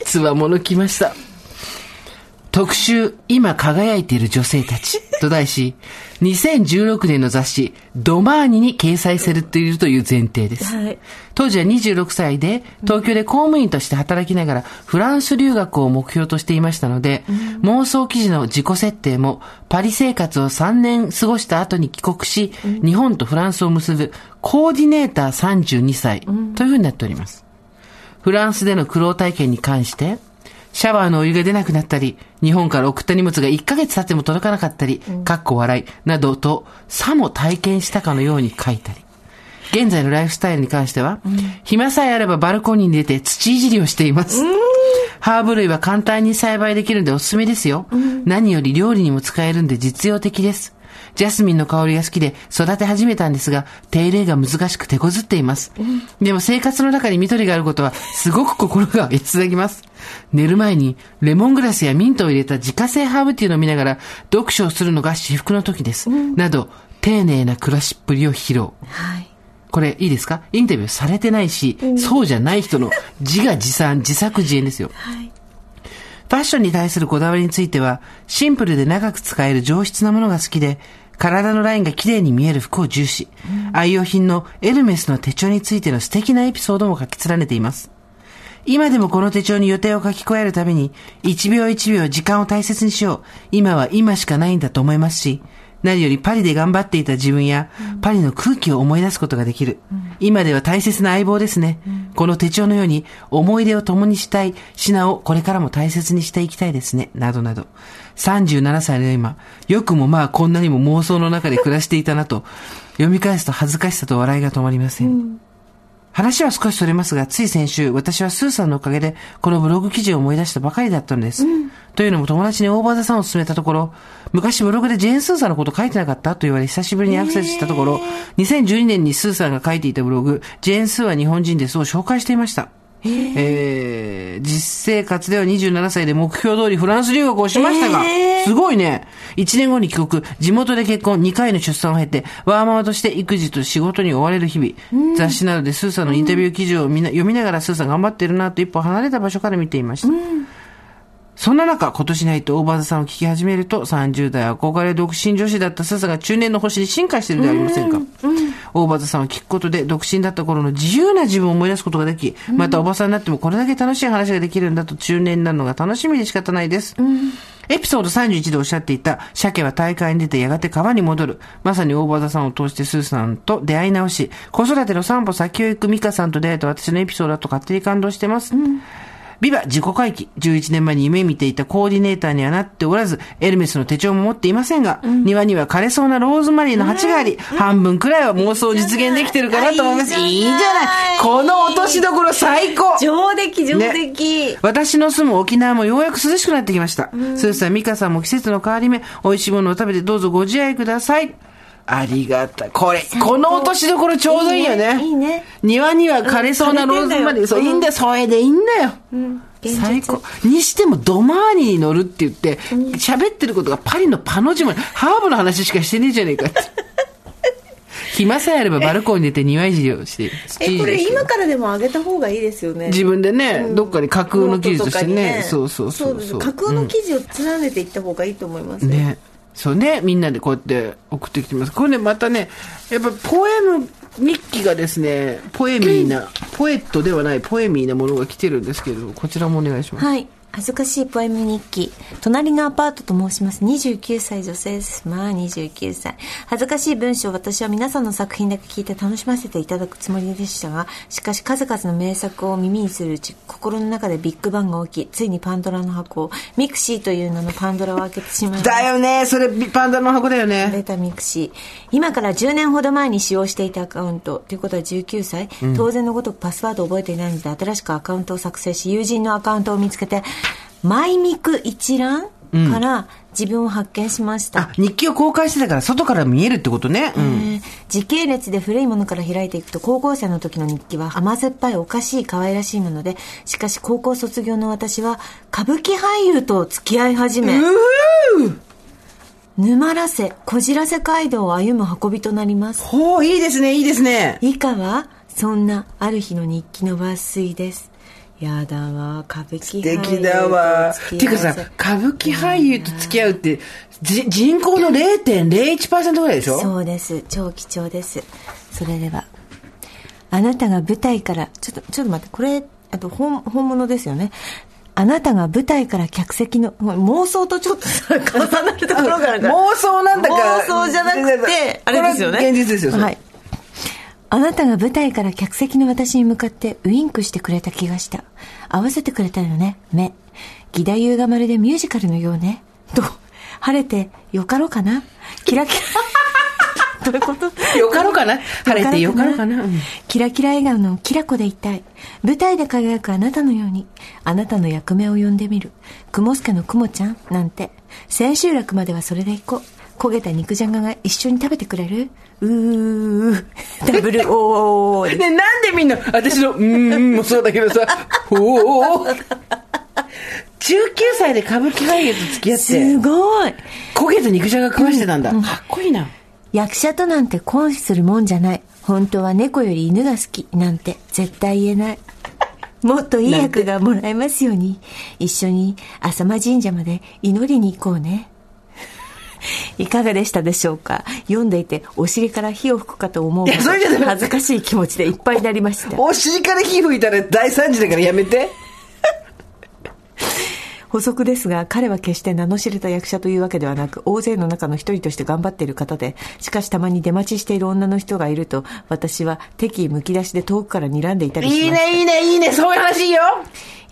[SPEAKER 2] つわものきました特集、今輝いている女性たちと題し、2016年の雑誌、ドマーニに掲載されているという前提です。
[SPEAKER 3] はい
[SPEAKER 2] 当時は26歳で、東京で公務員として働きながら、フランス留学を目標としていましたので、妄想記事の自己設定も、パリ生活を3年過ごした後に帰国し、日本とフランスを結ぶ、コーディネーター32歳、というふうになっております。フランスでの苦労体験に関して、シャワーのお湯が出なくなったり、日本から送った荷物が1ヶ月経っても届かなかったり、かっこ笑い、などと、さも体験したかのように書いたり。現在のライフスタイルに関しては、暇さえあればバルコニーに出て土いじりをしています。ハーブ類は簡単に栽培できるんでおすすめですよ。何より料理にも使えるんで実用的です。ジャスミンの香りが好きで育て始めたんですが、手入れが難しく手こずっています。でも生活の中に緑があることはすごく心が安らぎます。寝る前にレモングラスやミントを入れた自家製ハーブティーを飲みながら読書をするのが至福の時です。など、丁寧な暮らしっぷりを披露。
[SPEAKER 3] はい
[SPEAKER 2] これいいですかインタビューされてないし、そうじゃない
[SPEAKER 3] <laughs>
[SPEAKER 2] 人の自画自賛、自作自演ですよ。
[SPEAKER 3] はい
[SPEAKER 2] ファッションに対するこだわりについては、シンプルで長く使える上質なものが好きで、体のラインが綺麗に見える服を重視。愛用品のエルメスの手帳についての素敵なエピソードも書き連ねています。今でもこの手帳に予定を書き加えるために、1秒1秒時間を大切にしよう。今は今しかないんだと思いますし、何よりパリで頑張っていた自分や、パリの空気を思い出すことができる。今では大切な相棒ですね。この手帳のように、思い出を共にしたい、品をこれからも大切にしていきたいですね。などなど。37歳の今、よくもまあこんなにも妄想の中で暮らしていたなと、読み返すと恥ずかしさと笑いが止まりません話は少しそれますが、つい先週、私はスーさんのおかげで、このブログ記事を思い出したばかりだったのです。というのも友達に大場座さんを勧めたところ、昔ブログでジェーン・スーさんのこと書いてなかったと言われ、久しぶりにアクセスしたところ、2012年にスーさんが書いていたブログ、ジェーン・スーは日本人ですを紹介していました。えー、実生活では27歳で目標通りフランス留学をしましたが、
[SPEAKER 3] えー
[SPEAKER 2] すごいね。1年後に帰国、地元で結婚、2回の出産を経て、ワーママとして育児と仕事に追われる日々。雑誌などでスーさんのインタビュー記事をみな読みながら、スーさん頑張ってるなと一歩離れた場所から見ていました。そんな中、今年に入って大場さんを聞き始めると、30代憧れ独身女子だった笹が中年の星に進化してるではありませんか。大場さんを聞くことで、独身だった頃の自由な自分を思い出すことができ、またおばさんになってもこれだけ楽しい話ができるんだと中年になるのが楽しみで仕方ないです。エピソード31でおっしゃっていた、鮭は大海に出てやがて川に戻る。まさに大場田さんを通してスーさんと出会い直し、子育ての散歩先を行くミカさんと出会えた私のエピソードだと勝手に感動してます。ビバ自己回帰。11年前に夢見ていたコーディネーターにはなっておらず、エルメスの手帳も持っていませんが、庭には枯れそうなローズマリーの鉢があり、半分くらいは妄想実現できてるかなと思います。い
[SPEAKER 3] いい
[SPEAKER 2] いじ
[SPEAKER 3] じ
[SPEAKER 2] ゃ
[SPEAKER 3] ゃ
[SPEAKER 2] な
[SPEAKER 3] ない
[SPEAKER 2] いこの落としどころ最高
[SPEAKER 3] 上出来上出来、
[SPEAKER 2] 私の住む沖縄もようやく涼しくなってきました。スーさん、ミカさんも季節の変わり目、美味しいものを食べてどうぞご自愛ください。ありがたい。これ、この落としどころちょうどいいよ
[SPEAKER 3] いい
[SPEAKER 2] ね。
[SPEAKER 3] ねいいね
[SPEAKER 2] 庭には枯れそうなローズマリー。
[SPEAKER 3] うん
[SPEAKER 2] そう、いいんだよ。それでいいんだよ。
[SPEAKER 3] 現実
[SPEAKER 2] 最高。にしても、ドマーニに乗るって言って、喋、ってることがパリのパの字まで、ハーブの話しかしてねえじゃねえ
[SPEAKER 3] <laughs>
[SPEAKER 2] かって。暇さえあればバルコニーに出て庭いじりをしている。
[SPEAKER 3] えこれ
[SPEAKER 2] 土いじりをしている
[SPEAKER 3] 今からでも上げた方がいいですよね
[SPEAKER 2] 自分でね、どっかに架空の記事としてね
[SPEAKER 3] ノートとかに
[SPEAKER 2] そうそうそう
[SPEAKER 3] です
[SPEAKER 2] そう
[SPEAKER 3] 架空の記事を連ねていった方がいいと思いますね
[SPEAKER 2] ねそうねみんなでこうやって送ってきてますこれねまたねやっぱポエム日記がですねポエミーな、ポエットではないポエミーなものが来てるんですけれどもこちらもお願いします、
[SPEAKER 3] はい。恥ずかしいポエム日記。隣のアパートと申します。29歳女性です。まあ29歳。恥ずかしい文章を私は皆さんの作品だけ聞いて楽しませていただくつもりでしたが、しかし数々の名作を耳にするうち、心の中でビッグバンが起き、ついにパンドラの箱を、ミクシーという名のパンドラを開けてしまいました
[SPEAKER 2] だ。よねそれビパンダの箱だよね
[SPEAKER 3] データミクシー今から10年ほど前に使用していたアカウントということは19歳、当然のごとくパスワードを覚えていないので新しくアカウントを作成し友人のアカウントを見つけてマイミク一覧から自分を発見しました、
[SPEAKER 2] あ日記を公開してたから外から見えるってことね、うん
[SPEAKER 3] えー時系列で古いものから開いていくと高校生の時の日記は甘酸っぱいおかしい可愛らしいものでしかし高校卒業の私は歌舞伎俳優と付き合い始め沼らせこじらせ街道を歩む運びとなります
[SPEAKER 2] ほういいですねいいですね
[SPEAKER 3] 以下はそんなある日の日記の抜粋ですやだわ歌舞伎俳優
[SPEAKER 2] 素敵だわ
[SPEAKER 3] と
[SPEAKER 2] て
[SPEAKER 3] 付
[SPEAKER 2] い
[SPEAKER 3] き合
[SPEAKER 2] うか
[SPEAKER 3] わせ
[SPEAKER 2] さ歌舞伎俳優と付き合うってじ人口の0.01%ぐらいでしょ
[SPEAKER 3] そうです超貴重ですそれではあなたが舞台からちょっとちょっと待ってこれあと本本物ですよねあなたが舞台から客席のもう妄想とちょっとさ重なるところがあるから
[SPEAKER 2] 妄想なんだから
[SPEAKER 3] 妄想じゃなくてあれですよね
[SPEAKER 2] これは現実ですよそれ
[SPEAKER 3] はいあなたが舞台から客席の私に向かってウインクしてくれた気がした合わせてくれたよね目義太夫がまるでミュージカルのようねと晴れてよかろうかなキラキラ <laughs> どういうこと
[SPEAKER 2] よかろうかな晴れてよかろうかなうん
[SPEAKER 3] キラキラ笑顔のキラコでいたい舞台で輝くあなたのようにあなたの役目を呼んでみる雲助の雲ちゃんなんて千秋楽まではそれで行こう焦げた肉じゃがが一緒に食べてくれるう
[SPEAKER 2] <laughs>
[SPEAKER 3] ーダブルおー
[SPEAKER 2] ねなんでみんな私の「うーん」もそうだけど <laughs> さ「おお」19歳で歌舞伎俳優と付き合
[SPEAKER 3] す
[SPEAKER 2] って
[SPEAKER 3] ごい
[SPEAKER 2] 焦げた肉じゃが食わしてたんだ、かっこいいな
[SPEAKER 3] 役者となんて婚するもんじゃない本当は猫より犬が好きなんて絶対言え <laughs> ないもっといい役がもらえますように一緒に浅間神社まで祈りに行こうね <laughs> いかがでしたでしょうか読んでいてお尻から火を吹くかと思うほど
[SPEAKER 2] いやそれじゃダメ
[SPEAKER 3] 恥ずかしい気持ちでいっぱいになりました
[SPEAKER 2] お尻から火吹いたら大惨事だからやめて
[SPEAKER 3] 補足ですが彼は決して名の知れた役者というわけではなく大勢の中の一人として頑張っている方でしかしたまに出待ちしている女の人がいると私は敵意むき出しで遠くから睨んでいたり
[SPEAKER 2] い
[SPEAKER 3] し
[SPEAKER 2] い
[SPEAKER 3] ました
[SPEAKER 2] ねいいねいいねそういう話いいよ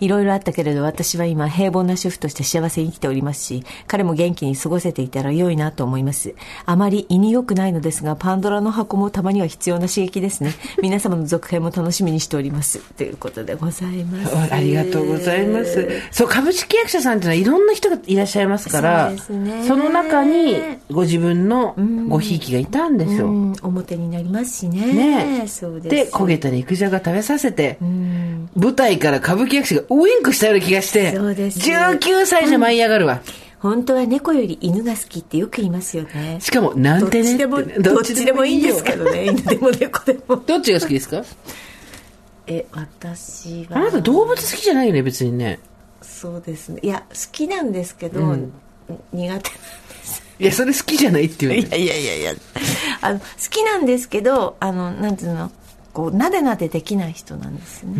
[SPEAKER 3] いろいろあったけれど私は今平凡な主婦として幸せに生きておりますし彼も元気に過ごせていたら良いなと思いますあまり胃に良くないのですがパンドラの箱もたまには必要な刺激
[SPEAKER 2] <laughs>
[SPEAKER 3] ですね皆様の続編も楽しみにしておりますということでございます
[SPEAKER 2] ありがとうございます。そう、株式役者さんっていうのはいろんな人がいらっしゃいますから、
[SPEAKER 3] そうですね
[SPEAKER 2] その中にご自分のごひいきがいたんですよ。
[SPEAKER 3] うん、表になりますしね。
[SPEAKER 2] ね
[SPEAKER 3] そう
[SPEAKER 2] で
[SPEAKER 3] です。
[SPEAKER 2] 焦げた肉じゃが食べさせて、舞台から歌舞伎役者がウインクしたような気がして、
[SPEAKER 3] そうです
[SPEAKER 2] 19歳じゃ舞い上がるわ。
[SPEAKER 3] 本当は猫より犬が好きってよく言いますよね。
[SPEAKER 2] しかも、な
[SPEAKER 3] ど
[SPEAKER 2] ん
[SPEAKER 3] って
[SPEAKER 2] ね
[SPEAKER 3] ち
[SPEAKER 2] って
[SPEAKER 3] でも、どっちでもいいんですけどね。犬でも猫でも。
[SPEAKER 2] どっちが好きですか
[SPEAKER 3] え、私は。
[SPEAKER 2] あなた動物好きじゃないよね、別にね。
[SPEAKER 3] そうですねいや好きなんですけど、苦手
[SPEAKER 2] いや、それ好きじゃないっていう
[SPEAKER 3] い
[SPEAKER 2] の。
[SPEAKER 3] やいやいやいやあの好きなんですけどあのなんていうのこうなでなでできない人なんですね、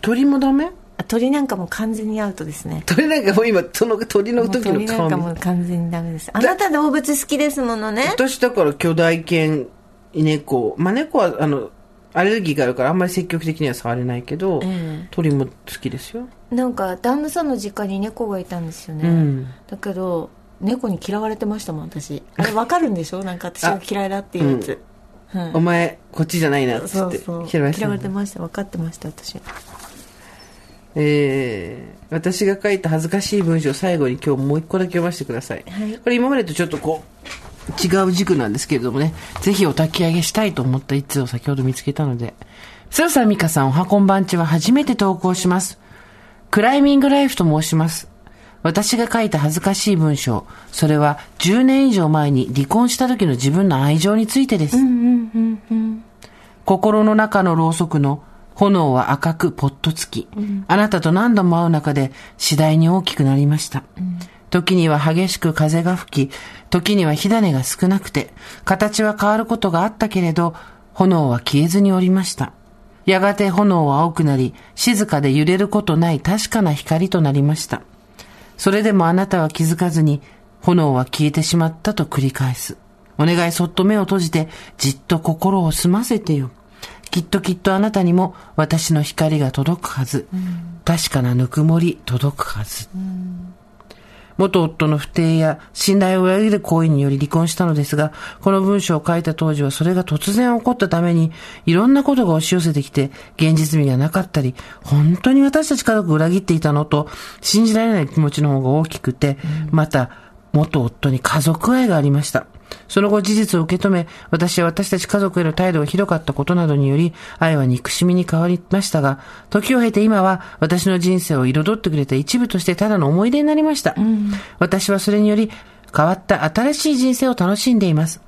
[SPEAKER 2] 鳥もダメ
[SPEAKER 3] あ鳥なんかもう完全にアウトですね
[SPEAKER 2] 鳥なんかもう今、その鳥の
[SPEAKER 3] もう
[SPEAKER 2] 時の
[SPEAKER 3] 鳥なんか
[SPEAKER 2] 顔
[SPEAKER 3] も
[SPEAKER 2] 見
[SPEAKER 3] う完全にダメですあなた動物好きですものね
[SPEAKER 2] 私だから巨大犬、猫、まあ猫は、あの、アレルギーがあるからあんまり積極的には触れないけど、
[SPEAKER 3] ええ
[SPEAKER 2] 鳥も好きですよ。
[SPEAKER 3] なんか旦那さんの実家に猫がいたんですよね、
[SPEAKER 2] ん
[SPEAKER 3] だけど猫に嫌われてましたもん私あれわかるんでしょ <laughs> なんか私が嫌いだっていうやつ、はい
[SPEAKER 2] お前、こっちじゃないな、つ
[SPEAKER 3] そ
[SPEAKER 2] っ
[SPEAKER 3] う
[SPEAKER 2] て
[SPEAKER 3] そう。
[SPEAKER 2] 嫌われて
[SPEAKER 3] 嫌
[SPEAKER 2] た
[SPEAKER 3] わ
[SPEAKER 2] の
[SPEAKER 3] れてました分かってました私
[SPEAKER 2] えー、私が書いた恥ずかしい文章を最後に今日もう一個だけ読ませてください。
[SPEAKER 3] はい
[SPEAKER 2] これ今までとちょっとこう、違う軸なんですけれどもね、ぜひお焚き上げしたいと思った一通を先ほど見つけたので。スーさん、ミカさん、おはこんばんちは初めて投稿します。クライミングライフと申します。私が書いた恥ずかしい文章、それは10年以上前に離婚した時の自分の愛情についてです。心の中のろうそくの炎は赤くポッとつき、あなたと何度も会う中で次第に大きくなりました。時には激しく風が吹き、時には火種が少なくて、形は変わることがあったけれど、炎は消えずにおりました。やがて炎は青くなり、静かで揺れることない確かな光となりました。それでもあなたは気づかずに、炎は消えてしまったと繰り返す。お願いそっと目を閉じて、じっと心を澄ませてよ。きっときっとあなたにも私の光が届くはず。確かなぬくもり届くはず。元夫の不定や信頼を裏切る行為により離婚したのですが、この文章を書いた当時はそれが突然起こったために、いろんなことが押し寄せてきて、現実味がなかったり、本当に私たち家族を裏切っていたのと、信じられない気持ちの方が大きくて、また、元夫に家族愛がありました。その後事実を受け止め、私は私たち家族への態度がひどかったことなどにより、愛は憎しみに変わりましたが、時を経て今は私の人生を彩ってくれた一部としてただの思い出になりました。私はそれにより、変わった新しい人生を楽しんでいます。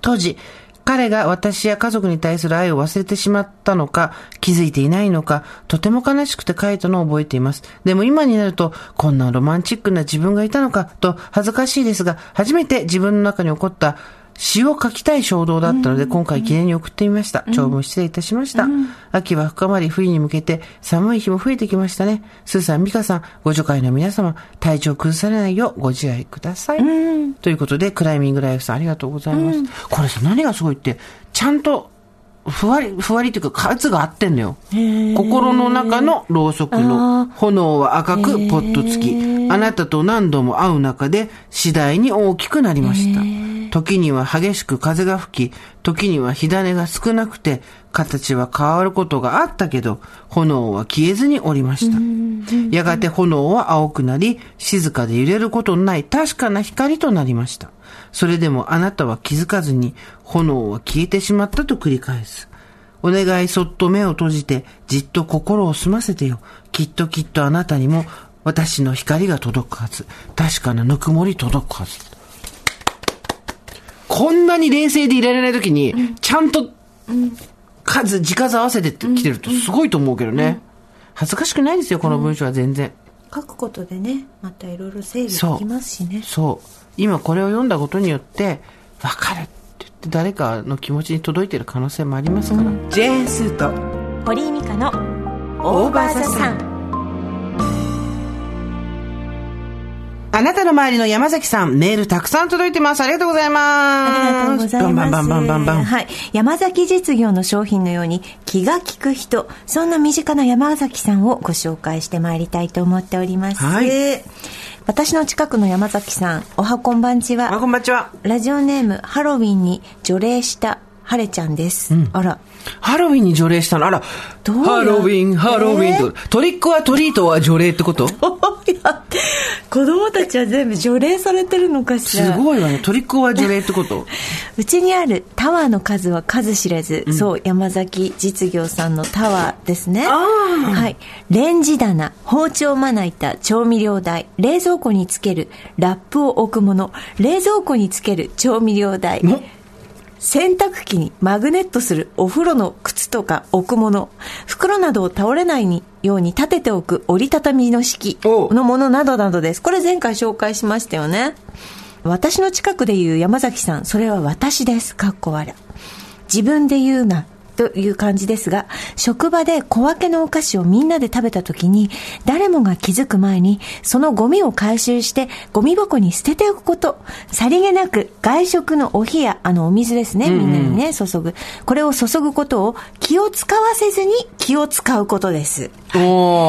[SPEAKER 2] 当時、彼が私や家族に対する愛を忘れてしまったのか、気づいていないのか、とても悲しくて書いたのを覚えています。でも今になると、こんなロマンチックな自分がいたのか、と恥ずかしいですが、初めて自分の中に起こった詩を書きたい衝動だったので、今回記念に送ってみました。長文失礼いたしました。秋は深まり、冬に向けて寒い日も増えてきましたね。スーさん、ミカさん、ご助会の皆様、体調崩されないようご自愛ください。ということで、クライミングライフさんありがとうございます。これさ、何がすごいって、ちゃんと、ふわり、ふわりというか、数が合ってんのよ。心の中のろうそくの炎は赤くポッとつき、あなたと何度も会う中で次第に大きくなりました。時には激しく風が吹き、時には火種が少なくて、形は変わることがあったけど、炎は消えずにおりました。やがて炎は青くなり、静かで揺れることのない確かな光となりました。それでもあなたは気づかずに、炎は消えてしまったと繰り返す。お願いそっと目を閉じて、じっと心を澄ませてよ。きっときっとあなたにも、私の光が届くはず。確かなぬくもり届くはず。こんなに冷静でいられないときに、ちゃんと、数、字数合わせてきてるとすごいと思うけどね。恥ずかしくないですよ、この文章は全然。
[SPEAKER 3] 書くことでねまたいろいろ整理で
[SPEAKER 2] そう
[SPEAKER 3] きますしね
[SPEAKER 2] そう。今これを読んだことによって、わかるって言って誰かの気持ちに届いてる可能性もありますから。ジェーンスーと、
[SPEAKER 3] 堀井美香の
[SPEAKER 2] オーバーザさん。あなたの周りの山崎さん、メールたくさん届いてます。ありがとうございます。
[SPEAKER 3] ありがとうございます。
[SPEAKER 2] バンバンバンバンバンバン。
[SPEAKER 3] はい。山崎実業の商品のように気が利く人、そんな身近な山崎さんをご紹介してまいりたいと思っております。
[SPEAKER 2] はい
[SPEAKER 3] 私の近くの山崎さん、おはこんばんち
[SPEAKER 2] あ、
[SPEAKER 3] は、
[SPEAKER 2] こんばんちは。
[SPEAKER 3] ラジオネームハロウィンに除霊したハレちゃんです。あら、 <laughs>
[SPEAKER 2] ハロウィンに除霊したのあら、
[SPEAKER 3] どうや
[SPEAKER 2] ハロウィン、ハロウィンと、トリックはトリートは除霊ってこと
[SPEAKER 3] いや子供たちは全部除霊されてるのかしら
[SPEAKER 2] すごいわね。トリックは除霊ってこと
[SPEAKER 3] うちにあるタワーの数は数知れず、そう山崎実業さんのタワーですねはいレンジ棚包丁まな板調味料台冷蔵庫につけるラップを置くもの冷蔵庫につける調味料台
[SPEAKER 2] も
[SPEAKER 3] 洗濯機にマグネットするお風呂の靴とか置くもの、袋などを倒れないように立てておく折りたたみの式
[SPEAKER 2] お
[SPEAKER 3] のものなどなどです。これ前回紹介しましたよね。私の近くで言う山崎さん、それは私です。かっこわら。自分で言うな。という感じですが、職場で小分けのお菓子をみんなで食べた時に、誰もが気づく前に、そのゴミを回収して、ゴミ箱に捨てておくこと。さりげなく、外食のお冷や、あの、お水ですね、みんなにね、注ぐ。これを注ぐことを、気を使わせずに気を使うことです。
[SPEAKER 2] おーおー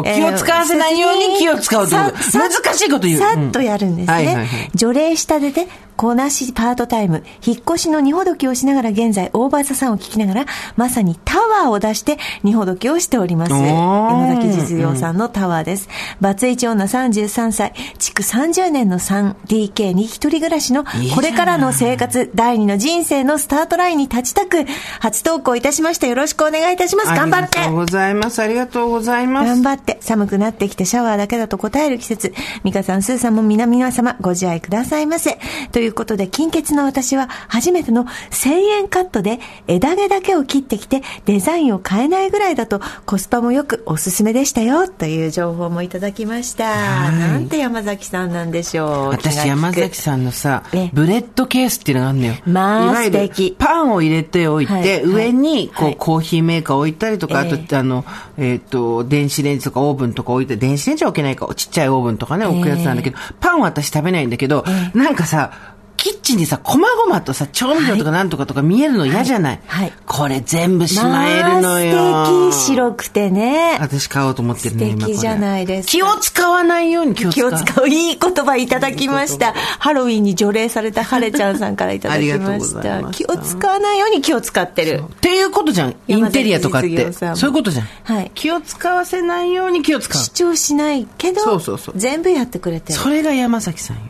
[SPEAKER 2] おー
[SPEAKER 3] えー
[SPEAKER 2] 気を使わせないように気を使うってこと
[SPEAKER 3] ささ
[SPEAKER 2] 難しいこと言う
[SPEAKER 3] さ
[SPEAKER 2] うん
[SPEAKER 3] っとやるんですね。
[SPEAKER 2] はいはいはい
[SPEAKER 3] 除霊したてで、こなしパートタイム、引っ越しの二ほどきをしながら現在、大場さんを聞きながら、まさにタワーを出して二ほどきをしております。
[SPEAKER 2] おー
[SPEAKER 3] 山崎実業さんのタワーです。バツイチ女33歳、築30年の 3DK に一人暮らしの、
[SPEAKER 2] いいじゃない
[SPEAKER 3] これからの生活、第二の人生のスタートラインに立ちたく、初投稿いたしました。よろしくお願いいたします。頑張って
[SPEAKER 2] ありがとうございますありがとうございま
[SPEAKER 3] 頑
[SPEAKER 2] す
[SPEAKER 3] 張って寒くなってきてシャワーだけだと答える季節美香さんスーさんも皆皆様ご自愛くださいませということで金欠の私は初めての1000円カットで枝毛だけを切ってきてデザインを変えないぐらいだとコスパもよくおすすめでしたよという情報もいただきましたなんて山崎さんなんでしょう気が利
[SPEAKER 2] 私
[SPEAKER 3] く
[SPEAKER 2] 山崎さんのさ
[SPEAKER 3] ええ
[SPEAKER 2] ブレッドケースっていうのがあるのよ、
[SPEAKER 3] まあ
[SPEAKER 2] いわゆる
[SPEAKER 3] 素敵
[SPEAKER 2] パンを入れておいて、
[SPEAKER 3] はい
[SPEAKER 2] 上にこう、
[SPEAKER 3] はい
[SPEAKER 2] コーヒーメーカー置いたりとか、
[SPEAKER 3] ええ
[SPEAKER 2] あとあの、えっと電子レンジとかオーブンとか置いて電子レンジは置けないかちっちゃいオーブンとかね置くやつなんだけど、パンは私食べないんだけど、なんかさキッチンにさ、細々とさ、調味料とかなんとかとか見えるの嫌じゃない、
[SPEAKER 3] はいはい
[SPEAKER 2] これ全部しまえ
[SPEAKER 3] ま
[SPEAKER 2] る
[SPEAKER 3] あ
[SPEAKER 2] のよ。
[SPEAKER 3] 素敵白くてね
[SPEAKER 2] 私買おうと思ってるね、今こ
[SPEAKER 3] 素
[SPEAKER 2] れ
[SPEAKER 3] 敵じゃないですか
[SPEAKER 2] 気を使わないように気を使
[SPEAKER 3] 気
[SPEAKER 2] う。
[SPEAKER 3] を使ういい言葉いただきました。ハロウィンに除霊されたハレちゃんさんからいただき
[SPEAKER 2] ありがと
[SPEAKER 3] ま
[SPEAKER 2] うご
[SPEAKER 3] し
[SPEAKER 2] ざ
[SPEAKER 3] た
[SPEAKER 2] い。まし
[SPEAKER 3] 気
[SPEAKER 2] た
[SPEAKER 3] を使わないように気を使ってる。
[SPEAKER 2] っていうことじゃん。インテリアとかっ
[SPEAKER 3] 山崎
[SPEAKER 2] て。
[SPEAKER 3] 実業さんも
[SPEAKER 2] そういうことじゃん。
[SPEAKER 3] はい
[SPEAKER 2] 気を使わせないように気を使う
[SPEAKER 3] 主。張しないけど、
[SPEAKER 2] そうそうそう
[SPEAKER 3] 全部やってくれてる。
[SPEAKER 2] それが山崎さんよ。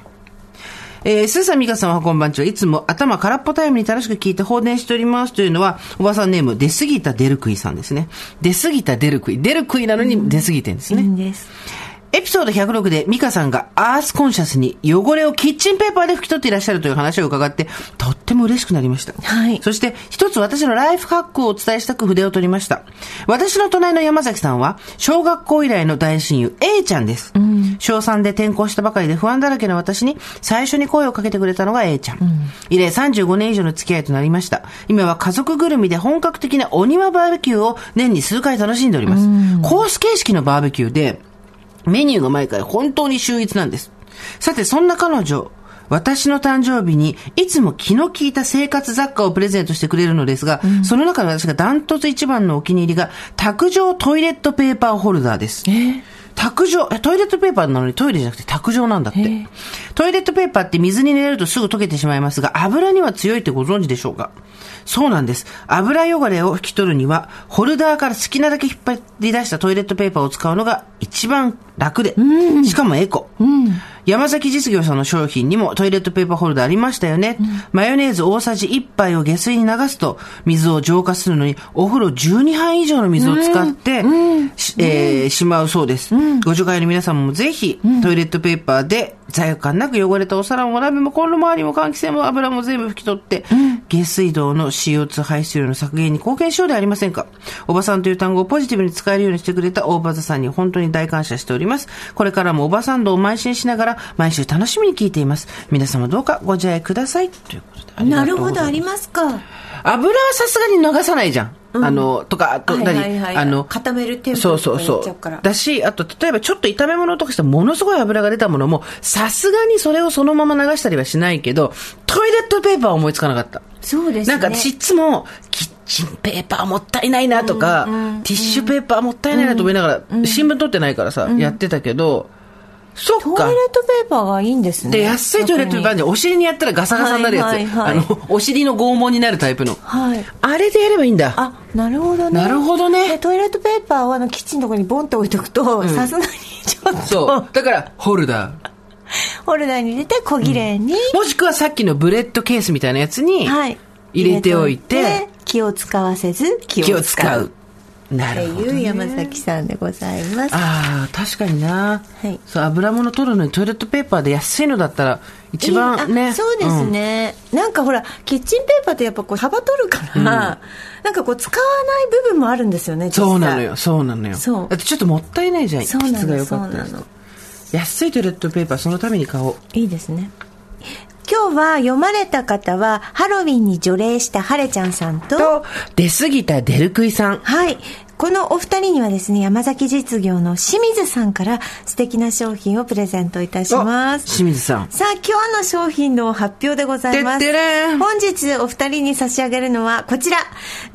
[SPEAKER 2] えー、スーさん、ミカさんはこんばんちは。いつも頭空っぽタイムに楽しく聞いて放電しておりますというのは、おばさんネーム、出過ぎたデルクイさんですね。出過ぎたデルクイ。デルクイなのに出過ぎてんです
[SPEAKER 3] いい
[SPEAKER 2] ね。
[SPEAKER 3] んです。
[SPEAKER 2] エピソード106でミカさんがアースコンシャスに汚れをキッチンペーパーで拭き取っていらっしゃるという話を伺って、とっても嬉しくなりました。
[SPEAKER 3] はい
[SPEAKER 2] そして、一つ私のライフハックをお伝えしたく筆を取りました。私の隣の山崎さんは、小学校以来の大親友 A ちゃんです。小3で転校したばかりで不安だらけの私に最初に声をかけてくれたのが A ちゃん。以来35年以上の付き合いとなりました。今は家族ぐるみで本格的なお庭バーベキューを年に数回楽しんでおります。コース形式のバーベキューで、メニューが毎回本当に秀逸なんです。さて、そんな彼女、私の誕生日にいつも気の利いた生活雑貨をプレゼントしてくれるのですが、その中で私がダントツ一番のお気に入りが、卓上トイレットペーパーホルダーです。卓上、えトイレットペーパーなのにトイレじゃなくて卓上なんだって。トイレットペーパーって水に濡れるとすぐ溶けてしまいますが、油には強いってご存知でしょうかそうなんです。油汚れを拭き取るには、ホルダーから好きなだけ引っ張り出したトイレットペーパーを使うのが一番楽で、しかもエコ。山崎実業さんの商品にもトイレットペーパーホルダーありましたよね。マヨネーズ大さじ1杯を下水に流すと、水を浄化するのに、お風呂12杯以上の水を使って、しえーしまうそうです。ご助会の皆さんもぜひ、トイレットペーパーで罪悪感なく汚れたお皿もお鍋もコンロ周りも換気扇も油も全部拭き取って、下水道の CO2 排出量の削減に貢献しようではありませんか。おばさんという単語をポジティブに使えるようにしてくれた大場座さんに本当に大感謝しております。これからもおばさん道を邁進しながら、毎週楽しみに聞いています。皆様どうかご自愛ください。ということでありが
[SPEAKER 3] な
[SPEAKER 2] とう
[SPEAKER 3] る
[SPEAKER 2] ござ
[SPEAKER 3] ほ
[SPEAKER 2] います
[SPEAKER 3] ど、ありますか。
[SPEAKER 2] 油はさすがに流さないじゃん。あの、とか、あと、
[SPEAKER 3] はいはいはい
[SPEAKER 2] 何あの、
[SPEAKER 3] 固めるテンポ
[SPEAKER 2] そうそう
[SPEAKER 3] とかや
[SPEAKER 2] そ
[SPEAKER 3] っちゃうから
[SPEAKER 2] う。だし、あと、例えばちょっと炒め物とかしたらものすごい油が出たものも、さすがにそれをそのまま流したりはしないけど、トイレットペーパーは思いつかなかった。
[SPEAKER 3] そうです
[SPEAKER 2] な
[SPEAKER 3] ね。
[SPEAKER 2] んか私いつも、キッチンペーパーもったいないなとか、ティッシュペーパーもったいないなと思いながら、新聞取ってないからさ、やってたけど、そ
[SPEAKER 3] ト
[SPEAKER 2] っ
[SPEAKER 3] イレ
[SPEAKER 2] か
[SPEAKER 3] ッ。トペーパーはいいんですね。
[SPEAKER 2] で、安いトイレットペーパーあんじゃんお尻にやったらガサガサになるやつ。
[SPEAKER 3] はいはいはい
[SPEAKER 2] あの、お尻の拷問になるタイプの。
[SPEAKER 3] はい。
[SPEAKER 2] あれでやればいいんだ。
[SPEAKER 3] あ、なるほどね。
[SPEAKER 2] なるほどね
[SPEAKER 3] でトイレットペーパーはあのキッチンのところにボンって置いとくと、さすがにちょっ
[SPEAKER 2] そ
[SPEAKER 3] と
[SPEAKER 2] う。だから、ホルダー。
[SPEAKER 3] ホルダーに入れて小綺麗に、
[SPEAKER 2] もしくはさっきのブレッドケースみたいなやつに、
[SPEAKER 3] はい。
[SPEAKER 2] 入れておいて、
[SPEAKER 3] 気を使わせず気
[SPEAKER 2] 気
[SPEAKER 3] を
[SPEAKER 2] を
[SPEAKER 3] 使
[SPEAKER 2] 使
[SPEAKER 3] う
[SPEAKER 2] う。な
[SPEAKER 3] って
[SPEAKER 2] るほど。
[SPEAKER 3] いう山崎さんでございます。
[SPEAKER 2] ああ、確かにな。
[SPEAKER 3] はい
[SPEAKER 2] そう、油物取るのにトイレットペーパーで安いのだったら一番
[SPEAKER 3] いい
[SPEAKER 2] ね。
[SPEAKER 3] あそうですね、なんかほらキッチンペーパーってやっぱこう幅取るから、なんかこう使わない部分もあるんですよね実際
[SPEAKER 2] そうなのよ、そうなのよ。
[SPEAKER 3] そう
[SPEAKER 2] だってちょっともったいないじゃん、
[SPEAKER 3] そうな
[SPEAKER 2] 質が
[SPEAKER 3] の
[SPEAKER 2] 良
[SPEAKER 3] そ
[SPEAKER 2] か
[SPEAKER 3] う
[SPEAKER 2] った
[SPEAKER 3] な
[SPEAKER 2] ら
[SPEAKER 3] の
[SPEAKER 2] 安いトイレットペーパー、そのために買おう。
[SPEAKER 3] いいですね今日は読まれた方はハロウィンに除霊したハレちゃんさんと
[SPEAKER 2] と、出過ぎたデルクイさん。
[SPEAKER 3] はい。このお二人にはですね、山崎実業の清水さんから素敵な商品をプレゼントいたします。
[SPEAKER 2] 清水さん。
[SPEAKER 3] さあ、今日の商品の発表でございます。
[SPEAKER 2] てってれーん
[SPEAKER 3] 本日お二人に差し上げるのはこちら、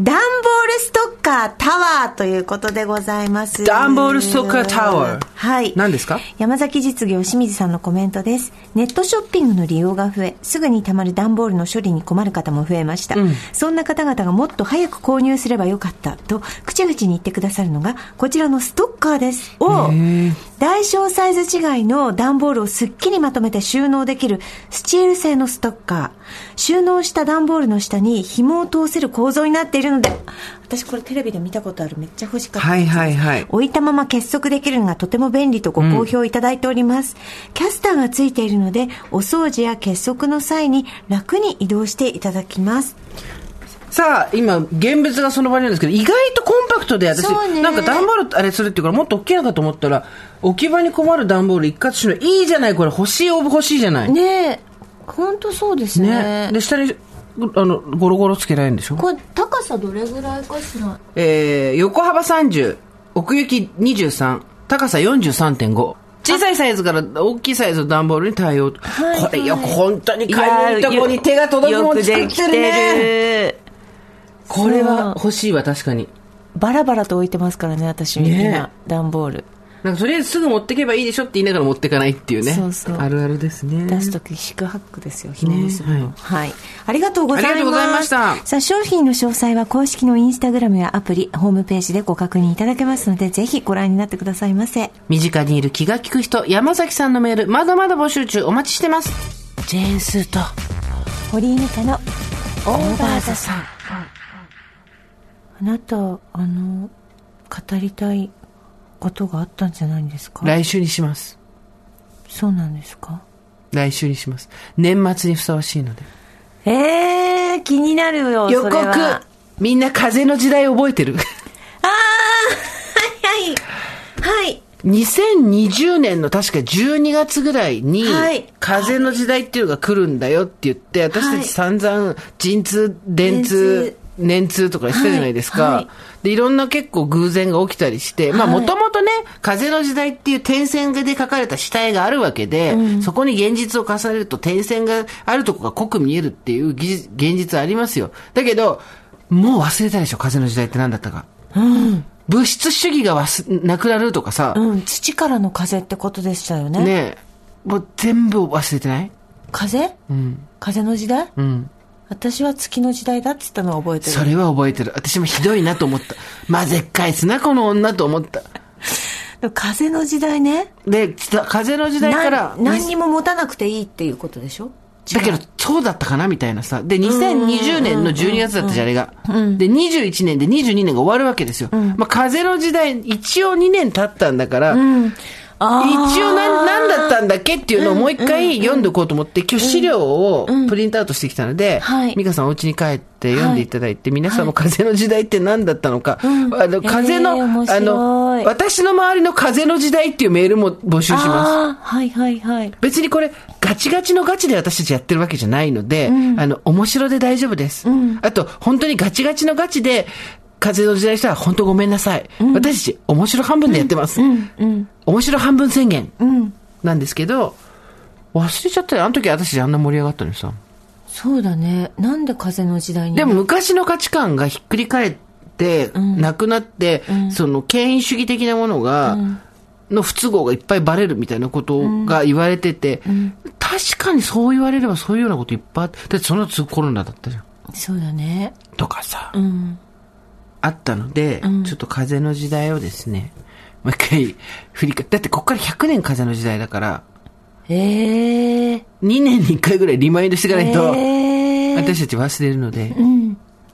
[SPEAKER 3] ダンボールストッカータワーということでございます。
[SPEAKER 2] 段ボールストッカータワー
[SPEAKER 3] はい。
[SPEAKER 2] 何ですか
[SPEAKER 3] 山崎実業清水さんのコメントです。ネットショッピングの利用が増え、すぐに溜まる段ボールの処理に困る方も増えました。そんな方々がもっと早く購入すればよかったと、口々に言ってくださるのが、こちらのストッカーです。を、大小サイズ違いの段ボールをすっきりまとめて収納できるスチール製のストッカー。収納した段ボールの下に紐を通せる構造になっているので、私これテレビで見たことある。めっちゃ欲しかった。
[SPEAKER 2] はいはいはい。
[SPEAKER 3] 置いたまま結束できるのがとても便利とご好評いただいております、キャスターがついているのでお掃除や結束の際に楽に移動していただきます
[SPEAKER 2] さあ、今、現物がその場にあるんですけど、意外とコンパクトで、私、
[SPEAKER 3] そうね
[SPEAKER 2] なんか段ボールあれするっていうから、もっと大きいのかと思ったら、置き場に困る段ボール一括収納、いいじゃない、これ、欲しい、応募欲しいじゃない。ね。
[SPEAKER 3] ねえ本当そうです
[SPEAKER 2] で、下に、あの、ゴロゴロつけられるんでしょ
[SPEAKER 3] これ高さどれぐらいかしら
[SPEAKER 2] えー、横幅30、奥行き23、高さ43.5。小さいサイズから大きいサイズの段ボールに対応。
[SPEAKER 3] はい
[SPEAKER 2] これよく
[SPEAKER 3] はい
[SPEAKER 2] 本当に買いに行くとこに手が届くもの作ってるね。
[SPEAKER 3] ね
[SPEAKER 2] これは欲しいわ、確かに。
[SPEAKER 3] バラバラと置いてますからね私みん
[SPEAKER 2] ねえ
[SPEAKER 3] な段ボール
[SPEAKER 2] なんかとりあえずすぐ持ってけばいいでしょって言いながら持ってかないっていうね。
[SPEAKER 3] そうそう
[SPEAKER 2] あるあるですね。
[SPEAKER 3] 出すとき四苦八苦ですよ紐結ぶの、
[SPEAKER 2] ね
[SPEAKER 3] はい、ありがとうございます
[SPEAKER 2] ありがとうございました
[SPEAKER 3] さあ商品の詳細は公式のインスタグラムやアプリホームページでご確認いただけますのでぜひご覧になってくださいませ
[SPEAKER 2] 身近にいる気が利く人、山崎さんのメール、まだまだ募集中、お待ちしてます。ジェーンスーと、
[SPEAKER 3] 堀井美香のオ
[SPEAKER 2] オ
[SPEAKER 3] ー
[SPEAKER 2] ー
[SPEAKER 3] バ
[SPEAKER 2] バ
[SPEAKER 3] ーザ
[SPEAKER 2] ーザ
[SPEAKER 3] さん
[SPEAKER 2] さん。
[SPEAKER 3] あなたあの語りたいことがあったんじゃないんですか
[SPEAKER 2] 来週にします。
[SPEAKER 3] そうなんですか
[SPEAKER 2] 来週にします。年末にふさわしいので。
[SPEAKER 3] えー、気になるよ
[SPEAKER 2] 予
[SPEAKER 3] それ <laughs> は
[SPEAKER 2] 告みんな風の時代覚えてる
[SPEAKER 3] あーはいはいはい
[SPEAKER 2] 2020年の確か12月ぐらいに、
[SPEAKER 3] はい
[SPEAKER 2] 風の時代っていうのが来るんだよって言って、私たち散々、陣痛、電
[SPEAKER 3] 電
[SPEAKER 2] 通
[SPEAKER 3] 通、
[SPEAKER 2] 年通とかしたじゃないですか。
[SPEAKER 3] はいはい
[SPEAKER 2] で、いろんな結構偶然が起きたりして、まあ
[SPEAKER 3] はい
[SPEAKER 2] もともとね、風の時代っていう点線で書かれた死体があるわけで、そこに現実を重ねると点線があるとこが濃く見えるっていう技術現実ありますよ。だけど、もう忘れたでしょ、風の時代って何だったか。物質主義がわすなくなるとかさ、
[SPEAKER 3] うん土からの風ってことでしたよね
[SPEAKER 2] ねえ、もう全部忘れてない
[SPEAKER 3] 風、風の時代、
[SPEAKER 2] ん
[SPEAKER 3] 私は月の時代だっつったのは覚えてる
[SPEAKER 2] それは覚えてる。私もひどいなと思った。まあ、でっかいっすな、この女と思った。
[SPEAKER 3] でも風の時代ね
[SPEAKER 2] で、つた風の時代
[SPEAKER 3] な
[SPEAKER 2] から、
[SPEAKER 3] 何にも持たなくていいっていうことでしょ
[SPEAKER 2] だけど、そうだったかなみたいなさ。で、2020年の12月だったじゃん、あれが。で、21年で22年が終わるわけですよ。まあ、風の時代、一応2年経ったんだから、
[SPEAKER 3] あ
[SPEAKER 2] 一応何何だったんだっけっていうのをもう一回読んでおこうと思って、今日資料をプリントアウトしてきたので
[SPEAKER 3] はい、
[SPEAKER 2] 美香さんお家に帰って読んでいただいて、皆さんも風の時代って何だったのか、あの、風
[SPEAKER 3] えー
[SPEAKER 2] の
[SPEAKER 3] 面、白い
[SPEAKER 2] あの、私の周りの風の時代っていうメールも募集しま
[SPEAKER 3] あ
[SPEAKER 2] す。
[SPEAKER 3] ーはいはいはい
[SPEAKER 2] 別にこれ、ガチガチのガチで私たちやってるわけじゃないので、あの、面白で大丈夫です。あと、本当にガチガチのガチで、風の時代したら本当ごめんなさい。私たち、面白半分でやってます。面白半分宣言。なんですけど、忘れちゃったよ。あの時私あんな盛り上がったのにさ。
[SPEAKER 3] そうだねなんで風の時代に
[SPEAKER 2] でも昔の価値観がひっくり返って、なくなって、その権威主義的なものが、の不都合がいっぱいバレるみたいなことが言われてて、確かにそう言われればそういうようなこといっぱいあって、だってその次コロナだったじゃん。
[SPEAKER 3] そうだね
[SPEAKER 2] とかさ、
[SPEAKER 3] うん
[SPEAKER 2] あったので、ちょっと風の時代をですね、もう一回振り返だってここから100年風の時代だから、
[SPEAKER 3] えー、
[SPEAKER 2] 2年に1回ぐらいリマインドしていかないと、
[SPEAKER 3] えー、
[SPEAKER 2] 私たち忘れるので、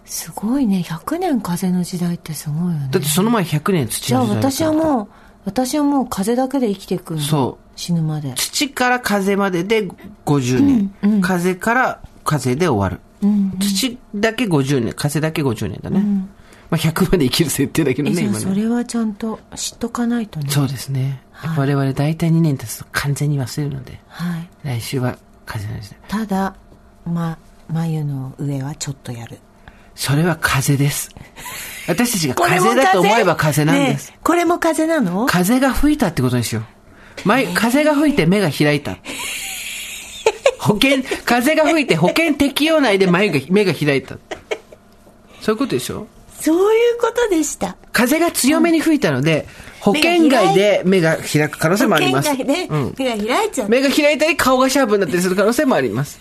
[SPEAKER 3] すごいね100年風の時代ってすごいよね
[SPEAKER 2] だってその前100年土
[SPEAKER 3] じゃあ
[SPEAKER 2] の時代だから
[SPEAKER 3] 私はもう私はもう風だけで生きていくの
[SPEAKER 2] そう
[SPEAKER 3] 死ぬまで
[SPEAKER 2] 土から風までで50年、風から風で終わる、土だけ50年風だけ50年だね、まあ、100まで生きる設定だけど
[SPEAKER 3] え
[SPEAKER 2] ね
[SPEAKER 3] じゃあ
[SPEAKER 2] 今
[SPEAKER 3] そ
[SPEAKER 2] ね
[SPEAKER 3] れはちゃんと知っとかないとね
[SPEAKER 2] そうですね、我々大体2年経つと完全に忘れるので
[SPEAKER 3] はい、
[SPEAKER 2] 来週は風の話だ
[SPEAKER 3] ただま眉の上はちょっとやる
[SPEAKER 2] それは風です私たちが風だと思えば風なんです、
[SPEAKER 3] これも風なの
[SPEAKER 2] 風が吹いたってことにしよう。前、風が吹いて目が開いた。保険、風が吹いて保険適用内で眉が、目が開いた。そういうことでしょ
[SPEAKER 4] そういうことでした
[SPEAKER 2] 風が強めに吹いたので、保険外で目が開く可能性もあります。
[SPEAKER 4] 保険外で
[SPEAKER 2] うん
[SPEAKER 4] 目が開いちゃう、
[SPEAKER 2] 目が開いたり顔がシャープになったりする可能性もあります。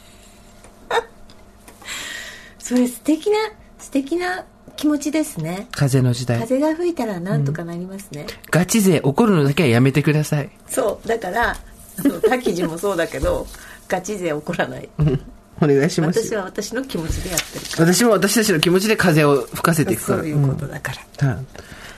[SPEAKER 4] それ素敵な素敵な気持ちですね
[SPEAKER 2] 風の時代。
[SPEAKER 4] 風が吹いたらなんとかなりますね、
[SPEAKER 2] ガチ勢怒るのだけはやめてください。
[SPEAKER 4] そうだからあの他記事もそうだけど <laughs> ガチ勢起こらない
[SPEAKER 2] お願いします
[SPEAKER 4] 私
[SPEAKER 2] よ。
[SPEAKER 4] は私の気持ちでやってるか
[SPEAKER 2] 私も私たちの気持ちで風を吹かせてい
[SPEAKER 4] ら
[SPEAKER 2] くか
[SPEAKER 4] そ
[SPEAKER 2] ら。
[SPEAKER 4] ういうことだから、
[SPEAKER 2] はい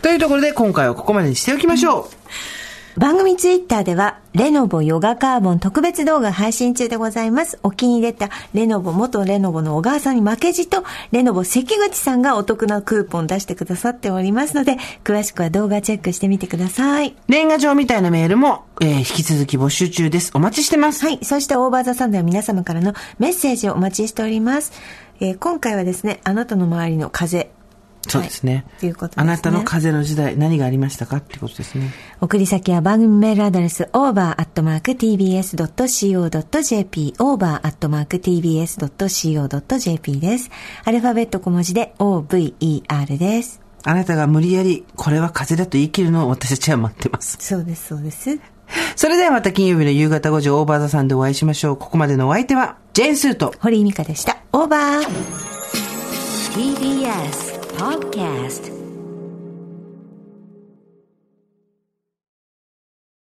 [SPEAKER 2] というところで今回はここまでにしておきましょう。
[SPEAKER 3] 番組ツイッターでは、レノボヨガカーボン特別動画配信中でございます。お気に入りだったレノボ元レノボの小川さんに負けじと、レノボ関口さんがお得なクーポン出してくださっておりますので、詳しくは動画チェックしてみてください。
[SPEAKER 2] 年賀状みたいなメールも、えー引き続き募集中です。お待ちしてます。
[SPEAKER 3] はい。そして、オーバーザさんでは皆様からのメッセージをお待ちしております。えー今回はですね、あなたの周りの風。
[SPEAKER 2] そうですね。
[SPEAKER 3] はいということですね
[SPEAKER 2] あなたの風の時代、何がありましたかってことですね。
[SPEAKER 3] 送り先は番組メールアドレス over.tbs.co.jp over.tbs.co.jp です。アルファベット小文字で over です。
[SPEAKER 2] あなたが無理やり、これは風だと言い切るのを私たちは待ってます。
[SPEAKER 3] そうです、そうです。
[SPEAKER 2] それではまた金曜日の夕方5時、オーバーザさんでお会いしましょう。ここまでのお相手は、ジェーンスーと、
[SPEAKER 3] 堀井美香でした。オーバー
[SPEAKER 5] TBS Podcast